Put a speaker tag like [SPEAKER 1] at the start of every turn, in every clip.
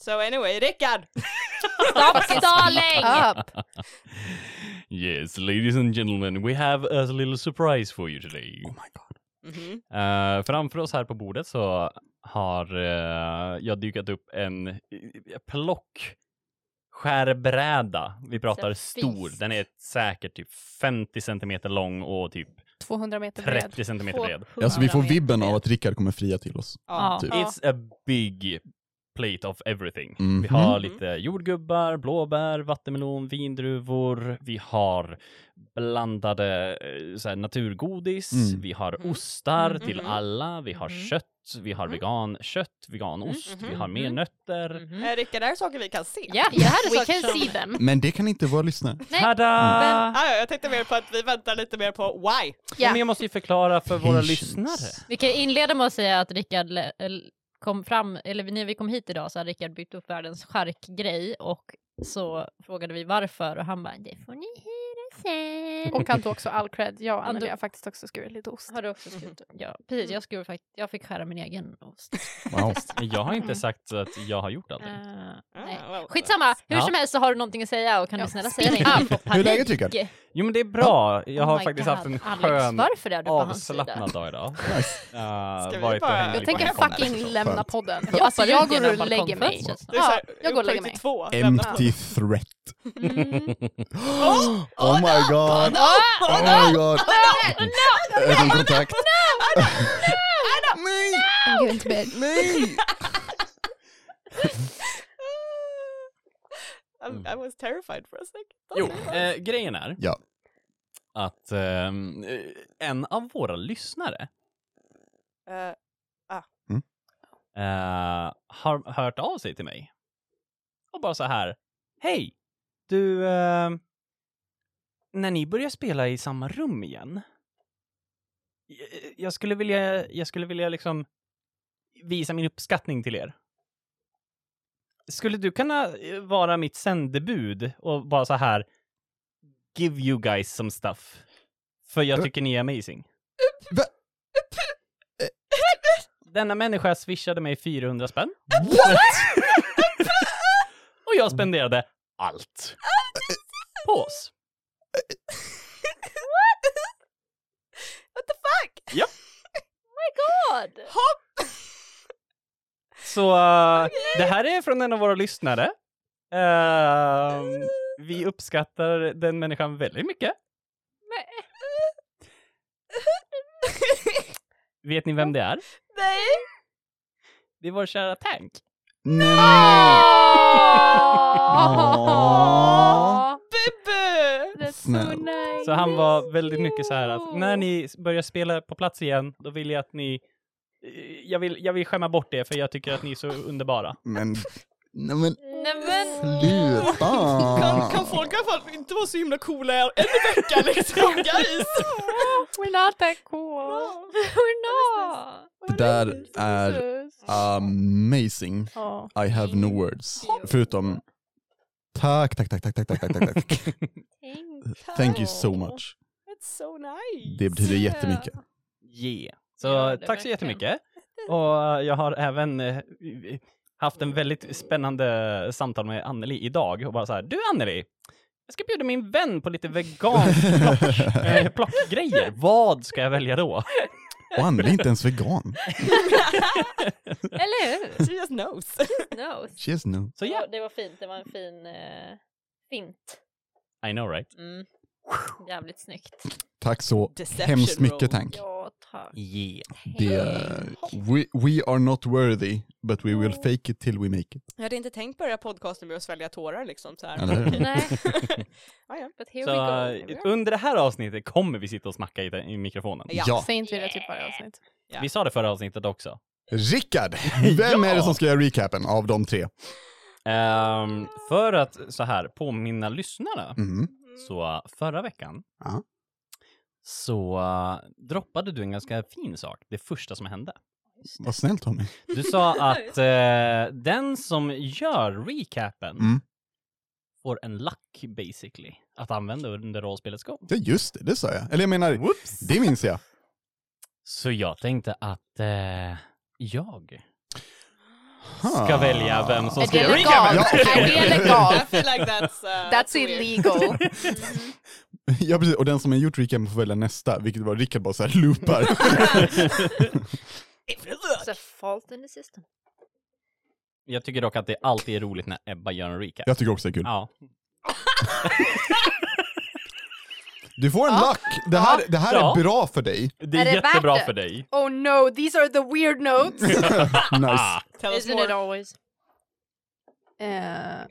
[SPEAKER 1] So anyway, Rickard!
[SPEAKER 2] Stop stalling!
[SPEAKER 3] Up.
[SPEAKER 4] yes, ladies and gentlemen, we have a little surprise for you today.
[SPEAKER 5] Oh my god.
[SPEAKER 1] Mhm.
[SPEAKER 4] Eh, framför oss här på bordet så har eh, jag dykat upp en eh, plock skärbräda. Vi pratar
[SPEAKER 2] Så
[SPEAKER 4] stor.
[SPEAKER 2] fist.
[SPEAKER 4] Den är säkert typ 50 centimeter lång och typ
[SPEAKER 3] 200 meter bred.
[SPEAKER 4] 30 centimeter bred.
[SPEAKER 5] Alltså vi får
[SPEAKER 1] 100
[SPEAKER 5] vibben
[SPEAKER 1] meter.
[SPEAKER 5] av att Rickard kommer fria till oss.
[SPEAKER 1] Ja.
[SPEAKER 5] Typ.
[SPEAKER 4] It's a big plate of everything.
[SPEAKER 5] Mhm.
[SPEAKER 4] Vi har
[SPEAKER 1] Mhm.
[SPEAKER 4] lite jordgubbar, blåbär, vattenmelon, vindruvor. Vi har blandade eh, så här, naturgodis.
[SPEAKER 5] Mm.
[SPEAKER 4] Vi har ostar
[SPEAKER 1] Mm.
[SPEAKER 4] till
[SPEAKER 1] Mhm.
[SPEAKER 4] alla. Vi har
[SPEAKER 2] Mhm.
[SPEAKER 4] kött. Vi har
[SPEAKER 1] Mhm.
[SPEAKER 4] vegankött, veganost. Vi har
[SPEAKER 2] Mhm.
[SPEAKER 4] mer nötter.
[SPEAKER 1] Eh, Rickard, det här är saker vi kan se.
[SPEAKER 2] Yeah, det här
[SPEAKER 3] Mm-hmm.
[SPEAKER 2] är
[SPEAKER 3] We
[SPEAKER 2] saker
[SPEAKER 3] can
[SPEAKER 2] som...
[SPEAKER 3] see them.
[SPEAKER 5] Men det kan inte vara lyssnare.
[SPEAKER 2] Nej,
[SPEAKER 4] Tada!
[SPEAKER 2] men-
[SPEAKER 1] Ah, ja, jag tänkte mer på att vi väntar lite mer på why.
[SPEAKER 4] Nej, Men jag måste ju förklara för våra
[SPEAKER 5] Patience.
[SPEAKER 4] lyssnare.
[SPEAKER 2] Vi kan inleda med att säga att Rickard le- l- kom fram, eller när vi kom hit idag så hade Rickard byggt upp världens charkgrej och så frågade vi varför och han bara det får ni höra sen.
[SPEAKER 3] Och han tog också all cred. Jag och
[SPEAKER 2] Anna,
[SPEAKER 3] Anneli
[SPEAKER 2] du-
[SPEAKER 3] har faktiskt också skurit lite ost.
[SPEAKER 2] har du också skrivit? Ja, precis. Jag, skulle, fakt- jag fick skära min egen ost.
[SPEAKER 5] Wow.
[SPEAKER 4] Jag har inte
[SPEAKER 3] Mm.
[SPEAKER 4] sagt att jag har gjort allting.
[SPEAKER 2] Eh,
[SPEAKER 1] Ah,
[SPEAKER 2] nej.
[SPEAKER 1] well,
[SPEAKER 2] Skitsamma, hur
[SPEAKER 4] Ja.
[SPEAKER 2] som helst så har du någonting att säga och kan du
[SPEAKER 3] Ja,
[SPEAKER 2] snälla säga
[SPEAKER 3] speak
[SPEAKER 2] det innan
[SPEAKER 3] up.
[SPEAKER 2] du får panik.
[SPEAKER 5] Hur är läget, Rickard?
[SPEAKER 4] Jo men det är bra. Jag
[SPEAKER 2] Oh
[SPEAKER 4] har
[SPEAKER 2] my
[SPEAKER 4] faktiskt
[SPEAKER 2] God,
[SPEAKER 4] haft en
[SPEAKER 2] Alex,
[SPEAKER 4] skön
[SPEAKER 2] varför är du på hans sida?
[SPEAKER 4] avslappnad dag idag. Eh,
[SPEAKER 1] vi
[SPEAKER 4] varit och
[SPEAKER 1] bara-
[SPEAKER 4] hängt
[SPEAKER 1] Jag
[SPEAKER 4] i
[SPEAKER 3] Jag tänker
[SPEAKER 4] balkongen.
[SPEAKER 3] fucking lämna
[SPEAKER 5] Skönt.
[SPEAKER 3] podden.
[SPEAKER 2] Jag
[SPEAKER 3] alltså,
[SPEAKER 2] hoppar
[SPEAKER 3] jag
[SPEAKER 2] ut
[SPEAKER 3] går
[SPEAKER 2] genom
[SPEAKER 3] och lägger mig.
[SPEAKER 2] balkongfönstret.
[SPEAKER 1] Det är så här,
[SPEAKER 3] Ja, jag går och lägger
[SPEAKER 1] upptagit Två,
[SPEAKER 3] mig.
[SPEAKER 1] lämna på.
[SPEAKER 5] Empty threat.
[SPEAKER 2] Mm. Ah,
[SPEAKER 5] Oh my god. Oh my god. Ögonkontakt. Nej!
[SPEAKER 3] I'm going to bed.
[SPEAKER 5] Nej!
[SPEAKER 1] I, I was terrified for a second.
[SPEAKER 4] Jo, eh, grejen är
[SPEAKER 5] Ja.
[SPEAKER 4] att ehm, eh, en av våra lyssnare
[SPEAKER 1] Eh,
[SPEAKER 4] eh, har hört av sig till mig. Och bara så här. Hej! Du, ehm, när ni börjar spela i samma rum igen. eh, Jag skulle vilja, jag skulle vilja liksom visa min uppskattning till er. Skulle du kunna eh, vara mitt sändebud och bara så här give you guys some stuff? För jag tycker ni är amazing.
[SPEAKER 5] Va?
[SPEAKER 4] Denna människa swishade mig 400 spänn.
[SPEAKER 5] What?
[SPEAKER 4] Och jag spenderade allt. På oss.
[SPEAKER 1] What the fuck?
[SPEAKER 2] God.
[SPEAKER 4] Så eh, det här är från en av våra lyssnare. Ehm, vi uppskattar den människan väldigt mycket. Vet ni vem det är?
[SPEAKER 1] Nej!
[SPEAKER 4] Det är vår kära Tank.
[SPEAKER 5] Nej!
[SPEAKER 3] Åh.
[SPEAKER 1] Bebe!
[SPEAKER 3] That's so
[SPEAKER 5] Snäll.
[SPEAKER 3] nice.
[SPEAKER 4] Så han var väldigt mycket så här att när ni börjar spela på plats igen, då vill jag att ni... eh, Jag vill, jag vill skämma bort det, för jag tycker att ni är så underbara.
[SPEAKER 5] Men, nej men
[SPEAKER 2] Nej men,
[SPEAKER 5] sluta! Ah.
[SPEAKER 1] Kan, kan folk i alla fall inte vara så himla coola en vecka liksom guys?
[SPEAKER 3] We're not that cool.
[SPEAKER 2] we're not.
[SPEAKER 5] Det där är amazing.
[SPEAKER 3] Ja.
[SPEAKER 5] I have no words. Förutom tack, tack, tack, tack, tack, tack, tack, tack, tack. Thank you so much.
[SPEAKER 1] It's so nice.
[SPEAKER 5] Det betyder jättemycket.
[SPEAKER 4] Yeah. Så
[SPEAKER 2] Ja, det
[SPEAKER 4] tack så
[SPEAKER 2] verkligen.
[SPEAKER 4] jättemycket. Och jag har även eh, haft en väldigt spännande samtal med Anneli idag och bara så här, du Anneli, jag ska bjuda min vän på lite veganplock, eh, plockgrejer. Vad ska jag välja då?
[SPEAKER 5] Och Anneli är inte ens vegan.
[SPEAKER 2] Eller hur?
[SPEAKER 1] She just knows.
[SPEAKER 2] No.
[SPEAKER 5] She is no.
[SPEAKER 4] Så ja,
[SPEAKER 2] Det var fint, det var en fin eh, fint.
[SPEAKER 4] I know right?
[SPEAKER 2] Mm. Jävligt snyggt.
[SPEAKER 5] Tack så
[SPEAKER 1] Deception
[SPEAKER 5] hemskt
[SPEAKER 1] roll.
[SPEAKER 5] mycket, tack.
[SPEAKER 2] Ja, tack.
[SPEAKER 4] Yeah.
[SPEAKER 5] Det, we, we are not worthy, but we will fake it till we make it.
[SPEAKER 1] Jag hade inte tänkt börja podcasten med att svälja tårar liksom så här.
[SPEAKER 5] Eller hur?
[SPEAKER 2] Nej,
[SPEAKER 1] Ah, ja.
[SPEAKER 2] but here
[SPEAKER 4] Så
[SPEAKER 2] we go.
[SPEAKER 4] eh, under det här avsnittet kommer vi sitta och smacka i, i mikrofonen.
[SPEAKER 1] Ja.
[SPEAKER 5] Ja.
[SPEAKER 3] Säg inte vi det typ varje avsnitt.
[SPEAKER 1] Ja.
[SPEAKER 4] Vi sa det förra avsnittet också.
[SPEAKER 5] Rickard, vem är det som ska göra recapen av de tre?
[SPEAKER 4] Ehm, för att så här påminna lyssnarna
[SPEAKER 5] Mm.
[SPEAKER 4] Så förra veckan
[SPEAKER 5] Ja.
[SPEAKER 4] så eh, droppade du en ganska fin sak, det första som hände.
[SPEAKER 5] Vad snällt av mig.
[SPEAKER 4] Du sa att eh, den som gör recapen
[SPEAKER 5] Mm.
[SPEAKER 4] får en lack basically att använda under rollspelets gång.
[SPEAKER 5] Ja, just det, det sa jag. Eller jag menar,
[SPEAKER 4] Whoops.
[SPEAKER 5] det minns jag.
[SPEAKER 4] Så jag tänkte att eh, jag ska välja vem som
[SPEAKER 3] Är
[SPEAKER 4] ska
[SPEAKER 3] det
[SPEAKER 4] göra recapen.
[SPEAKER 3] legalt? Är det legalt?
[SPEAKER 1] I feel like that's... Uh,
[SPEAKER 3] That's
[SPEAKER 1] weird.
[SPEAKER 3] illegal.
[SPEAKER 5] Ja precis, och den som har gjort recapen får välja nästa, vilket var Rickard bara såhär loopar.
[SPEAKER 2] It's a fault in the system.
[SPEAKER 4] Jag tycker dock att det alltid är roligt när Ebba gör en recap.
[SPEAKER 5] Jag tycker också det är kul.
[SPEAKER 4] Ja.
[SPEAKER 5] Du får en lack! Det här, det här
[SPEAKER 4] Ja.
[SPEAKER 5] är bra för dig.
[SPEAKER 4] Det
[SPEAKER 3] Är
[SPEAKER 4] är,
[SPEAKER 3] det värt
[SPEAKER 4] jättebra
[SPEAKER 3] det?
[SPEAKER 4] för dig.
[SPEAKER 3] Oh no, these are the weird notes.
[SPEAKER 5] Nice.
[SPEAKER 1] Tell us
[SPEAKER 2] Isn't it
[SPEAKER 1] more.
[SPEAKER 2] always?
[SPEAKER 3] Eh,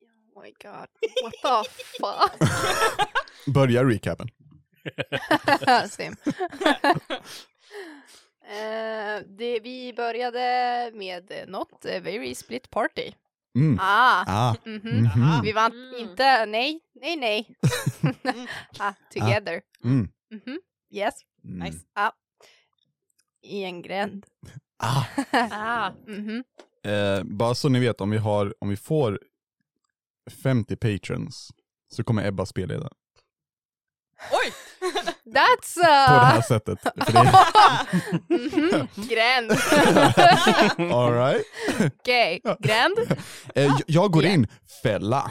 [SPEAKER 3] oh my god, what the fuck?
[SPEAKER 5] Börja recapen.
[SPEAKER 3] Same. Eh, det, vi började med eh, något eh, very split party.
[SPEAKER 5] Mm.
[SPEAKER 3] Ah,
[SPEAKER 5] Ah.
[SPEAKER 3] mhm.
[SPEAKER 5] Mhm.
[SPEAKER 3] Vi var
[SPEAKER 2] Mm.
[SPEAKER 3] inte, nej, nej, nej. ah, together.
[SPEAKER 5] Mm.
[SPEAKER 3] Mhm. Yes, Ah.
[SPEAKER 5] Mm.
[SPEAKER 1] Nice.
[SPEAKER 3] i en gränd.
[SPEAKER 5] Ah.
[SPEAKER 2] Ah,
[SPEAKER 3] Mhm.
[SPEAKER 5] Eh, bara så ni vet, om vi, har, om vi får 50 patrons så kommer Ebba spelleda på
[SPEAKER 1] Oj!
[SPEAKER 3] That's...
[SPEAKER 5] det
[SPEAKER 3] Uh...
[SPEAKER 5] här sättet. För det-
[SPEAKER 3] Mhm. Gränd.
[SPEAKER 5] All right.
[SPEAKER 3] Okej, gränd.
[SPEAKER 5] eh, jag- jag går in, fälla.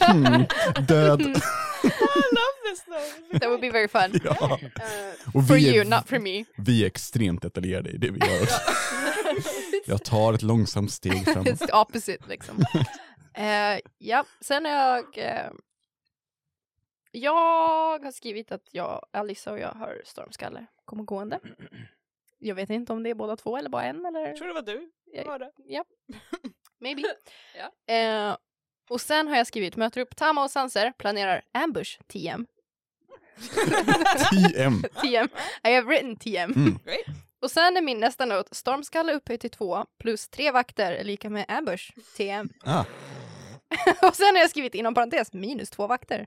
[SPEAKER 5] Mm. Död.
[SPEAKER 1] I love this though.
[SPEAKER 3] That would be very fun.
[SPEAKER 5] Ja.
[SPEAKER 3] Eh,
[SPEAKER 5] Och
[SPEAKER 3] for
[SPEAKER 5] vi,
[SPEAKER 3] you,
[SPEAKER 5] är,
[SPEAKER 3] not for me.
[SPEAKER 5] vi är extremt detaljerade i det vi gör. Jag tar ett långsamt steg framåt.
[SPEAKER 3] It's the opposite liksom. Eh, ja, sen har jag... eh, jag har skrivit att jag, Alissa och jag har stormskalle kommer gående. Jag vet inte om det är båda två eller bara en eller...
[SPEAKER 1] Jag tror det var du.
[SPEAKER 3] Jag-
[SPEAKER 1] Var det.
[SPEAKER 3] Maybe.
[SPEAKER 2] Ja.
[SPEAKER 3] Eh, och sen har jag skrivit möter upp Tama och Sanser, planerar ambush TM.
[SPEAKER 5] TM.
[SPEAKER 3] TM. I have written TM.
[SPEAKER 5] Mm.
[SPEAKER 1] Great.
[SPEAKER 3] Och sen är min nästa not, stormskalle upphöjt till två plus tre vakter är lika med ambush TM.
[SPEAKER 5] Ah.
[SPEAKER 3] och sen har jag skrivit inom parentes minus två vakter.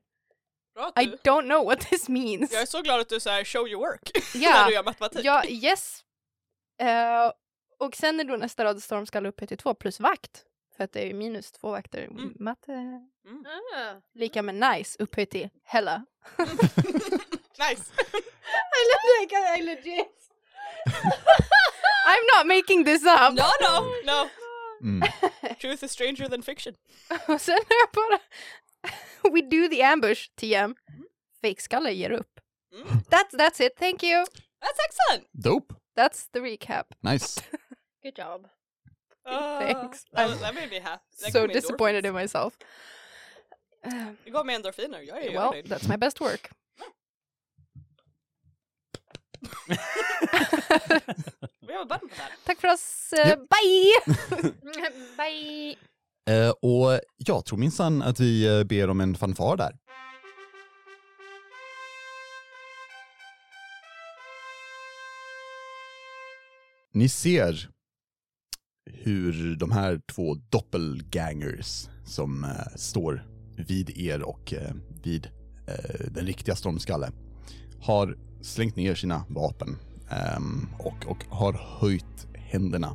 [SPEAKER 1] Bra att
[SPEAKER 3] I
[SPEAKER 1] du.
[SPEAKER 3] don't know what this means.
[SPEAKER 1] Jag är så glad att du säger show your work när
[SPEAKER 3] Ja,
[SPEAKER 1] du gör matematik.
[SPEAKER 3] ja, yes. Eh, och sen är då nästa rad stormskalle upphöjt till två plus vakt. För att det är ju minus två vakter.
[SPEAKER 1] Mm.
[SPEAKER 3] Matte
[SPEAKER 2] ah.
[SPEAKER 3] lika med nice upphöjt till hella.
[SPEAKER 1] Nice.
[SPEAKER 3] I legit. I'm not making this up.
[SPEAKER 1] No, no, no.
[SPEAKER 5] Mm.
[SPEAKER 1] Truth is stranger than fiction.
[SPEAKER 3] Och sen är jag bara... We do the ambush, TM. Fejkskalle ger upp.
[SPEAKER 1] Mm.
[SPEAKER 3] That's, that's it, thank you.
[SPEAKER 1] That's excellent.
[SPEAKER 5] Dope.
[SPEAKER 3] That's the recap.
[SPEAKER 5] Nice.
[SPEAKER 2] Good job.
[SPEAKER 1] Ah,
[SPEAKER 3] Thanks.
[SPEAKER 1] That, that made me happy. That
[SPEAKER 3] so
[SPEAKER 1] gav mig
[SPEAKER 3] disappointed in
[SPEAKER 1] endorphins.
[SPEAKER 3] myself. Um,
[SPEAKER 1] Det gav mig endorfiner. Jag är
[SPEAKER 3] well,
[SPEAKER 1] nöjd.
[SPEAKER 3] that's my best work.
[SPEAKER 1] We have a button for that.
[SPEAKER 3] Tack för oss, eh,
[SPEAKER 5] Japp.
[SPEAKER 3] bye!
[SPEAKER 2] Bye!
[SPEAKER 5] Eh, och jag tror minsann att vi eh, ber om en fanfar där. Ni ser hur de här två doppelgangers som eh, står vid er och eh, vid eh, den riktiga stormskalle har slängt ner sina vapen ehm, och, och har höjt händerna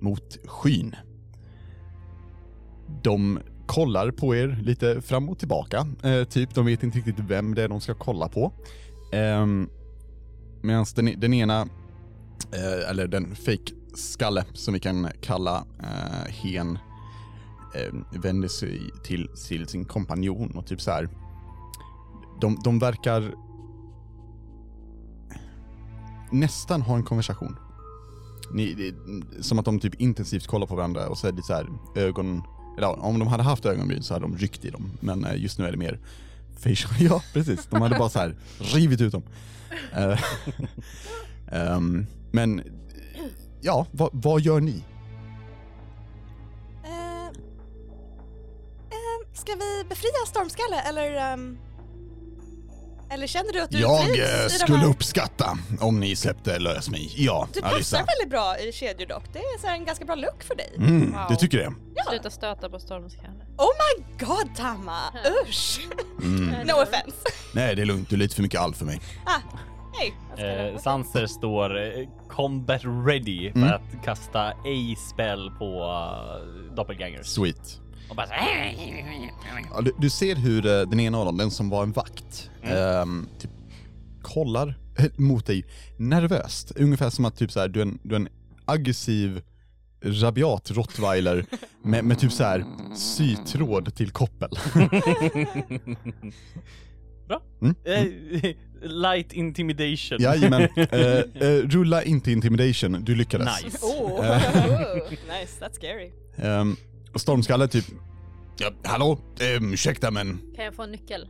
[SPEAKER 5] mot skyn. De kollar på er lite fram och tillbaka. Eh, typ, de vet inte riktigt vem det är de ska kolla på. Ehm, Medan den, den ena, eh, eller den fake-skalle som vi kan kalla eh, Hen, eh, vänder sig till, till sin kompanjon och typ så här. De, de verkar nästan ha en konversation. Ni, det, som att de typ intensivt kollar på varandra och så är det så här ögon... Eller ja, om de hade haft ögonbryn så hade de ryckt i dem. Men eh, just nu är det mer facial... Ja, precis. De hade bara så här rivit ut dem. Eh, ehm, men eh, ja, vad, vad gör ni?
[SPEAKER 6] Eh, eh, ska vi befria Stormskalle eller... ehm, eller känner du att du trivs i de här-
[SPEAKER 5] eh, uppskatta om ni släppte lös mig. Ja,
[SPEAKER 6] Du passar väldigt bra i kedjor dock. Det är så här en ganska bra look för dig. Oh
[SPEAKER 5] Mm,
[SPEAKER 2] Wow. du
[SPEAKER 5] tycker det?
[SPEAKER 2] Sluta stöta på stormskalle.
[SPEAKER 6] God Tamma, usch! No
[SPEAKER 2] Eller-
[SPEAKER 6] offense.
[SPEAKER 5] Mm. Nej, det är lugnt. Du är lite för mycket all för mig.
[SPEAKER 6] Hej!
[SPEAKER 4] Eh, Sanser står eh, combat ready för
[SPEAKER 5] Mm.
[SPEAKER 4] att kasta A-spell på uh, doppelgangers.
[SPEAKER 5] Sweet.
[SPEAKER 4] Och bara så här,
[SPEAKER 5] Ja, du, du ser hur eh, den ena av dem, den som var en vakt, ehm, typ kollar mot dig nervöst. Ungefär som att typ så här, du, är en, du är en aggressiv, rabiat rottweiler med, med typ så här sytråd till koppel.
[SPEAKER 4] Bra.
[SPEAKER 5] Mm,
[SPEAKER 4] Eh, Light intimidation.
[SPEAKER 5] Jajamän. Eh, eh, rulla inte intimidation, du lyckades.
[SPEAKER 4] Nice.
[SPEAKER 6] Oh.
[SPEAKER 5] Eh.
[SPEAKER 6] nice, that's scary.
[SPEAKER 5] Ehm, och Stormskalle typ, ja, hallå, um, ursäkta men
[SPEAKER 2] Kan jag få en nyckel?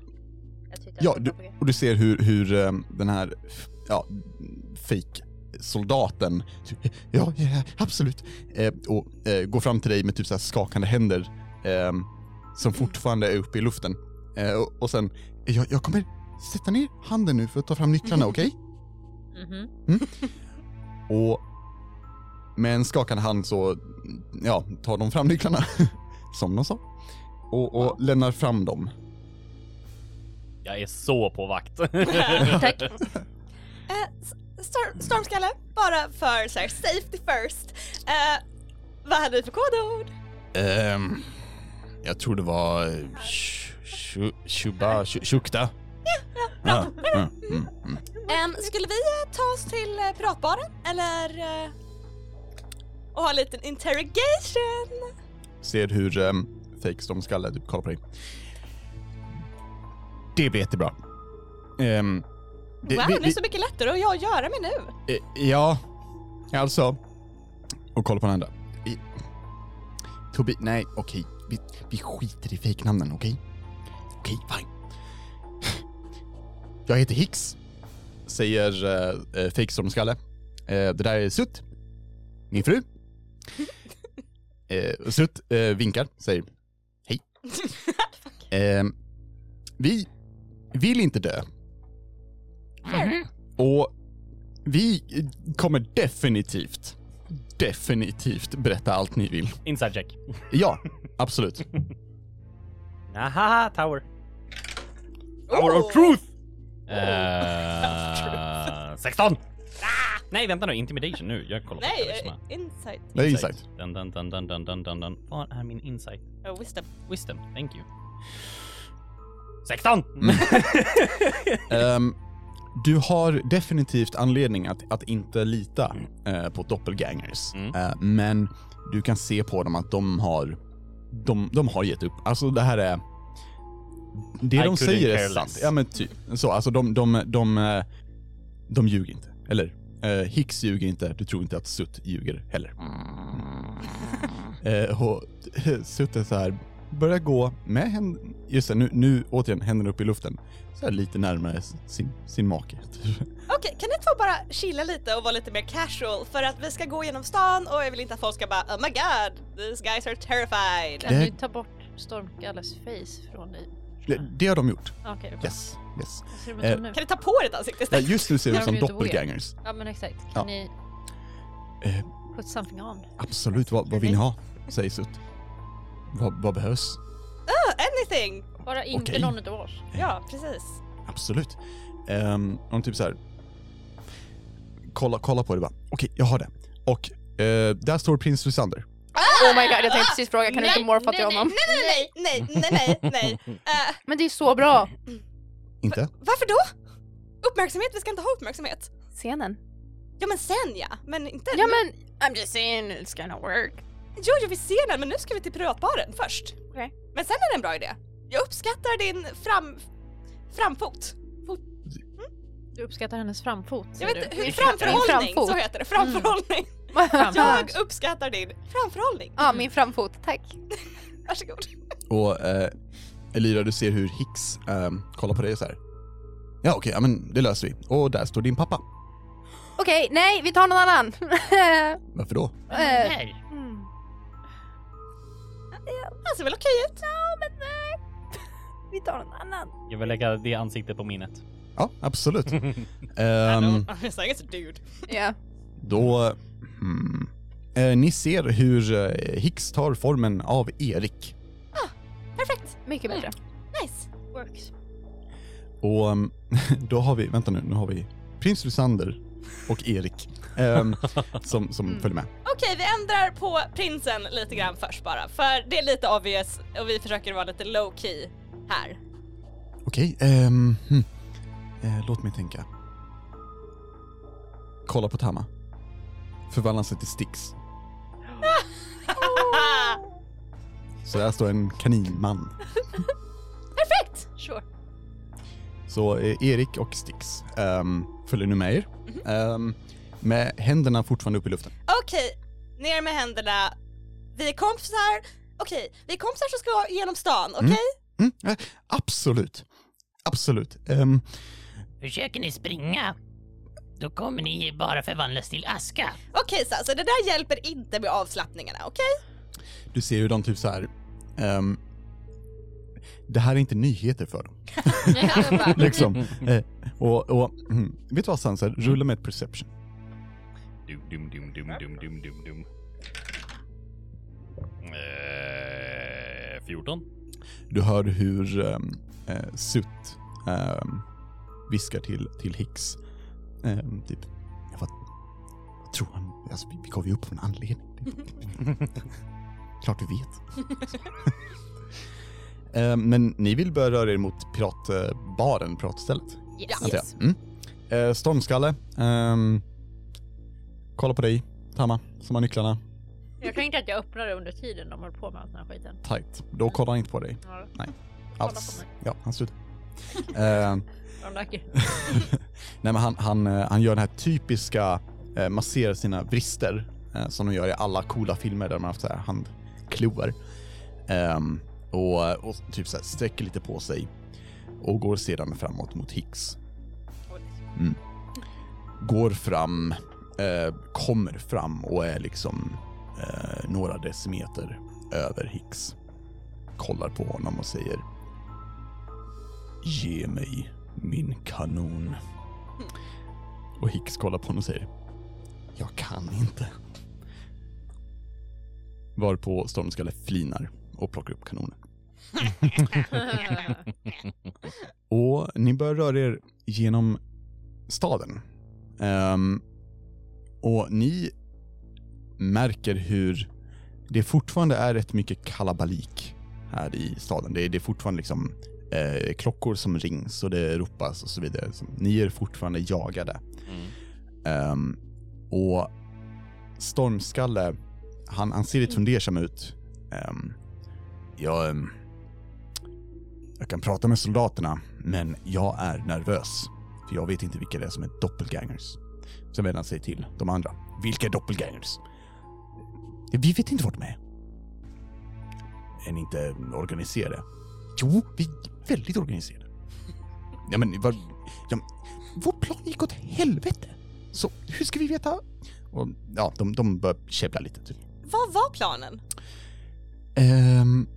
[SPEAKER 2] Jag tittar
[SPEAKER 5] Ja,
[SPEAKER 2] på
[SPEAKER 5] du-
[SPEAKER 2] papper.
[SPEAKER 5] Och du ser hur, hur ehm, den här, f- ja, fake soldaten ja, ja, absolut, eh, och eh, går fram till dig med typ så här skakande händer ehm, som fortfarande är uppe i luften. Eh, och, och sen, jag, jag kommer sätta ner handen nu för att ta fram nycklarna, okej?
[SPEAKER 2] Mhm.
[SPEAKER 5] Och med en skakande hand så, ja, tar de fram nycklarna, som de sa, och, och lämnar fram dem.
[SPEAKER 4] Jag är så på vakt.
[SPEAKER 2] Tack.
[SPEAKER 6] Eh, s- storm, stormskalle, bara för så här, safety first. Eh, vad hade du för kodord?
[SPEAKER 5] Ehm, jag tror det var eh, Sh- Sh- Shuba, Sh- Shukta. Ja, ja, mm, mm.
[SPEAKER 6] Ehm, skulle vi eh, ta oss till eh, piratbaren eller? eh, och ha en liten interrogation?
[SPEAKER 5] Ser hur um, fake stormskalle typ kollar på dig. Det blir jättebra. Um,
[SPEAKER 6] wow, det är så mycket lättare att jag göra med nu.
[SPEAKER 5] Eh, Ja, alltså. Och kolla på den andra. I- Tobi, nej okej. Vi, vi skiter i fejknamnen, okej? Okej, fine. Jag heter Hicks. Säger eh, eh, fejkstormskalle. Eh, det där är Sutt. Min fru. Eh, och Sutt eh, vinkar, säger hej. Eh, vi vill inte dö. Och vi kommer definitivt, definitivt berätta allt ni vill.
[SPEAKER 4] Inside check.
[SPEAKER 5] Ja, absolut.
[SPEAKER 4] Naha, tower.
[SPEAKER 6] Hour of
[SPEAKER 4] truth!
[SPEAKER 6] Oh.
[SPEAKER 4] Uh, 16! Ah! Nej, vänta nu. Intimidation nu. Jag kollar på
[SPEAKER 6] Nej,
[SPEAKER 4] karisma.
[SPEAKER 6] eh, insight.
[SPEAKER 5] Det är insight.
[SPEAKER 4] Dun, dun, dun, dun, dun, dun, dun, dun. Var är min insight?
[SPEAKER 6] Oh, wisdom.
[SPEAKER 4] Wisdom, thank you. 16!
[SPEAKER 5] Ehm, du har definitivt anledning att, att inte lita eh, på doppelgangers.
[SPEAKER 4] Mm.
[SPEAKER 5] Eh, men du kan se på dem att de har, de, de har gett upp. Alltså det här är... Det
[SPEAKER 4] I
[SPEAKER 5] de
[SPEAKER 4] couldn't
[SPEAKER 5] säger är
[SPEAKER 4] care
[SPEAKER 5] sant.
[SPEAKER 4] less.
[SPEAKER 5] Ja men typ. Så, alltså de, de, de, eh, de ljuger inte. Eller? Eh, Hicks ljuger inte, du tror inte att Sutt ljuger heller. Eh, och Sutt är så här, börjar gå med händ, just det, nu, nu återigen händerna upp i luften, så här lite närmare s- sin, sin make.
[SPEAKER 6] Okej, kan ni två bara chilla lite och vara lite mer casual för att vi ska gå genom stan och jag vill inte att folk ska bara oh my god, these guys are terrified.
[SPEAKER 2] Kan
[SPEAKER 5] Det-
[SPEAKER 2] du ta bort Stormskalles face från dig?
[SPEAKER 5] det, det har de gjort.
[SPEAKER 2] Ah, Okej, okay,
[SPEAKER 5] Yes, yes.
[SPEAKER 2] ser det ut som nu?
[SPEAKER 6] Kan ni ta på er ett ansikte
[SPEAKER 5] Ja,
[SPEAKER 6] istället?
[SPEAKER 5] just nu ser
[SPEAKER 2] Det
[SPEAKER 5] de
[SPEAKER 2] har
[SPEAKER 5] som
[SPEAKER 2] de ju inte vågat.
[SPEAKER 5] doppelgangers.
[SPEAKER 2] Ja men exakt, kan
[SPEAKER 5] Eh. Ja.
[SPEAKER 2] ni
[SPEAKER 5] Eh,
[SPEAKER 2] put something on?
[SPEAKER 5] absolut, vad, vad vill ni ha? Säger Sutt. Vad, vad behövs?
[SPEAKER 6] Oh, anything!
[SPEAKER 2] Bara inte
[SPEAKER 5] Okej.
[SPEAKER 2] någon utav oss.
[SPEAKER 6] Ja, precis.
[SPEAKER 5] Absolut. Um, de typ så här. Kolla, kolla på det bara. Okej, jag har det. Och eh, där står prins Lysander.
[SPEAKER 3] Oh my god, jag tänkte precis fråga, kan du inte morfa till honom?
[SPEAKER 6] Nej, nej, nej, nej, nej, nej, nej. Eh,
[SPEAKER 3] Men det är så bra!
[SPEAKER 5] Inte?
[SPEAKER 6] varför då? Uppmärksamhet, vi ska inte ha uppmärksamhet.
[SPEAKER 3] Scenen.
[SPEAKER 6] Ja men sen ja, men inte
[SPEAKER 3] Ja men, I'm just saying it's gonna work.
[SPEAKER 6] Jo, jo vi ser den men nu ska vi till piratbaren först.
[SPEAKER 3] Okej.
[SPEAKER 6] Men sen är det en bra idé. Jag uppskattar din fram... framfot. Mm.
[SPEAKER 2] Du uppskattar hennes framfot
[SPEAKER 6] Jag
[SPEAKER 2] säger
[SPEAKER 6] vet
[SPEAKER 2] du? Mm.
[SPEAKER 6] inte, hur,
[SPEAKER 3] Min
[SPEAKER 6] framförhållning,
[SPEAKER 3] framfot.
[SPEAKER 6] så heter det. Framförhållning.
[SPEAKER 3] Ja,
[SPEAKER 6] Jag uppskattar din framförhållning.
[SPEAKER 3] min framfot, tack.
[SPEAKER 6] Varsågod.
[SPEAKER 5] Och eh, Elira, du ser hur Hicks ehm, kollar på dig så här. Ja okej, ja, men det löser vi. Och där står din pappa.
[SPEAKER 3] Okej, nej, vi tar någon annan.
[SPEAKER 5] Varför då?
[SPEAKER 3] Eh,
[SPEAKER 4] Nej.
[SPEAKER 3] mm.
[SPEAKER 6] Han ser väl okej ut?
[SPEAKER 3] men
[SPEAKER 2] eh.
[SPEAKER 3] nej. Vi tar någon annan.
[SPEAKER 4] Jag vill lägga det ansiktet på minnet.
[SPEAKER 5] Ja, absolut.
[SPEAKER 6] I
[SPEAKER 5] Ehm,
[SPEAKER 6] don't- I'm just saying it's a dude.
[SPEAKER 3] Ja.
[SPEAKER 5] då... Hmm. Eh, ni ser hur eh, Hicks tar formen av Erik.
[SPEAKER 6] Perfekt,
[SPEAKER 3] Mycket bättre.
[SPEAKER 6] nice.
[SPEAKER 2] Works.
[SPEAKER 5] Och ehm, då har vi, vänta nu, nu har vi prins Lysander och Erik ehm, som, som
[SPEAKER 3] Mm.
[SPEAKER 5] följer med.
[SPEAKER 6] Okej, vi ändrar på prinsen lite grann först bara. För det är lite obvious och vi försöker vara lite low key här.
[SPEAKER 5] Okej, ehm, hmm. eh, låt mig tänka. kollar på Tama. Förvandlar sig till Stix. Så där står en kaninman.
[SPEAKER 2] Perfekt! Sure.
[SPEAKER 5] Så eh, Erik och Stix ehm, följer nu med er.
[SPEAKER 2] Mhm.
[SPEAKER 5] Ehm, med händerna fortfarande upp i luften.
[SPEAKER 6] Okej, ner med händerna. Vi är kompisar. Okej, vi är kompisar som ska genom stan, okej?
[SPEAKER 5] Mm, eh, absolut. Absolut. Ehm,
[SPEAKER 7] Försöker ni springa? Då kommer ni bara förvandlas till aska.
[SPEAKER 6] Okej så alltså det där hjälper inte med avslappningarna, okej?
[SPEAKER 5] du ser hur de typ så här. ehm, det här är inte nyheter för dem.
[SPEAKER 2] Jag bara,
[SPEAKER 5] liksom. Eh, och, och mm, vet du vad Sanser, rulla med ett perception.
[SPEAKER 7] Dum, dum, dum, dum, dum, dum, dum, dum. Eh, 14?
[SPEAKER 5] Du hör hur ehm, eh, Sutt ehm, viskar till, till Hicks. ehm, typ, jag vad, vad tror han? Alltså, vi, vi gav ju upp av en anledning. Klart du vet. Ehm, men ni vill börja röra er mot piratbaren, piratstället?
[SPEAKER 2] yes.
[SPEAKER 5] antar jag. Mm. Eh, stormskalle. ehm, kolla på dig, Tama, som har nycklarna.
[SPEAKER 2] Jag tänkte att jag öppnar det under tiden de håller på med den här skiten.
[SPEAKER 5] Tight. Då kollar han inte på dig.
[SPEAKER 2] Ja,
[SPEAKER 5] Alls.
[SPEAKER 2] på
[SPEAKER 5] Ja, han slutar. Ehm,
[SPEAKER 2] de läker.
[SPEAKER 5] Nej men han, han, eh, han gör den här typiska, eh, masserar sina brister eh, som de gör i alla coola filmer där man har haft så här handkloar. Ehm, och, och typ så här sträcker lite på sig och går sedan framåt mot Hicks. Mm. Går fram, eh, kommer fram och är liksom eh, några decimeter över Hicks. Kollar på honom och säger Ge mig min kanon. Och Hicks kollar på honom och säger Jag kan inte. Varpå Stormskalle flinar och plockar upp kanonen. Och ni börjar röra er genom staden. Ehm, och ni märker hur det fortfarande är rätt mycket kalabalik här i staden. Det är, det är fortfarande liksom eh, klockor som rings och det ropas och så vidare. Så Ni är fortfarande jagade. Ehm, och Stormskalle, han, han ser lite fundersam ut. Ehm, jag, ehm, jag kan prata med soldaterna, men jag är nervös. För jag vet inte vilka det är som är doppelgangers. Sen vänder han sig till de andra. Vilka är doppelgangers? Vi vet inte vart de är. Är ni inte organiserade? Jo, vi är väldigt organiserade. Ja, men vad... Ja, men, vår plan gick åt helvete! Så hur ska vi veta? Och, ja, de, de börjar käbbla lite. Typ.
[SPEAKER 6] Vad var planen?
[SPEAKER 5] Ehm,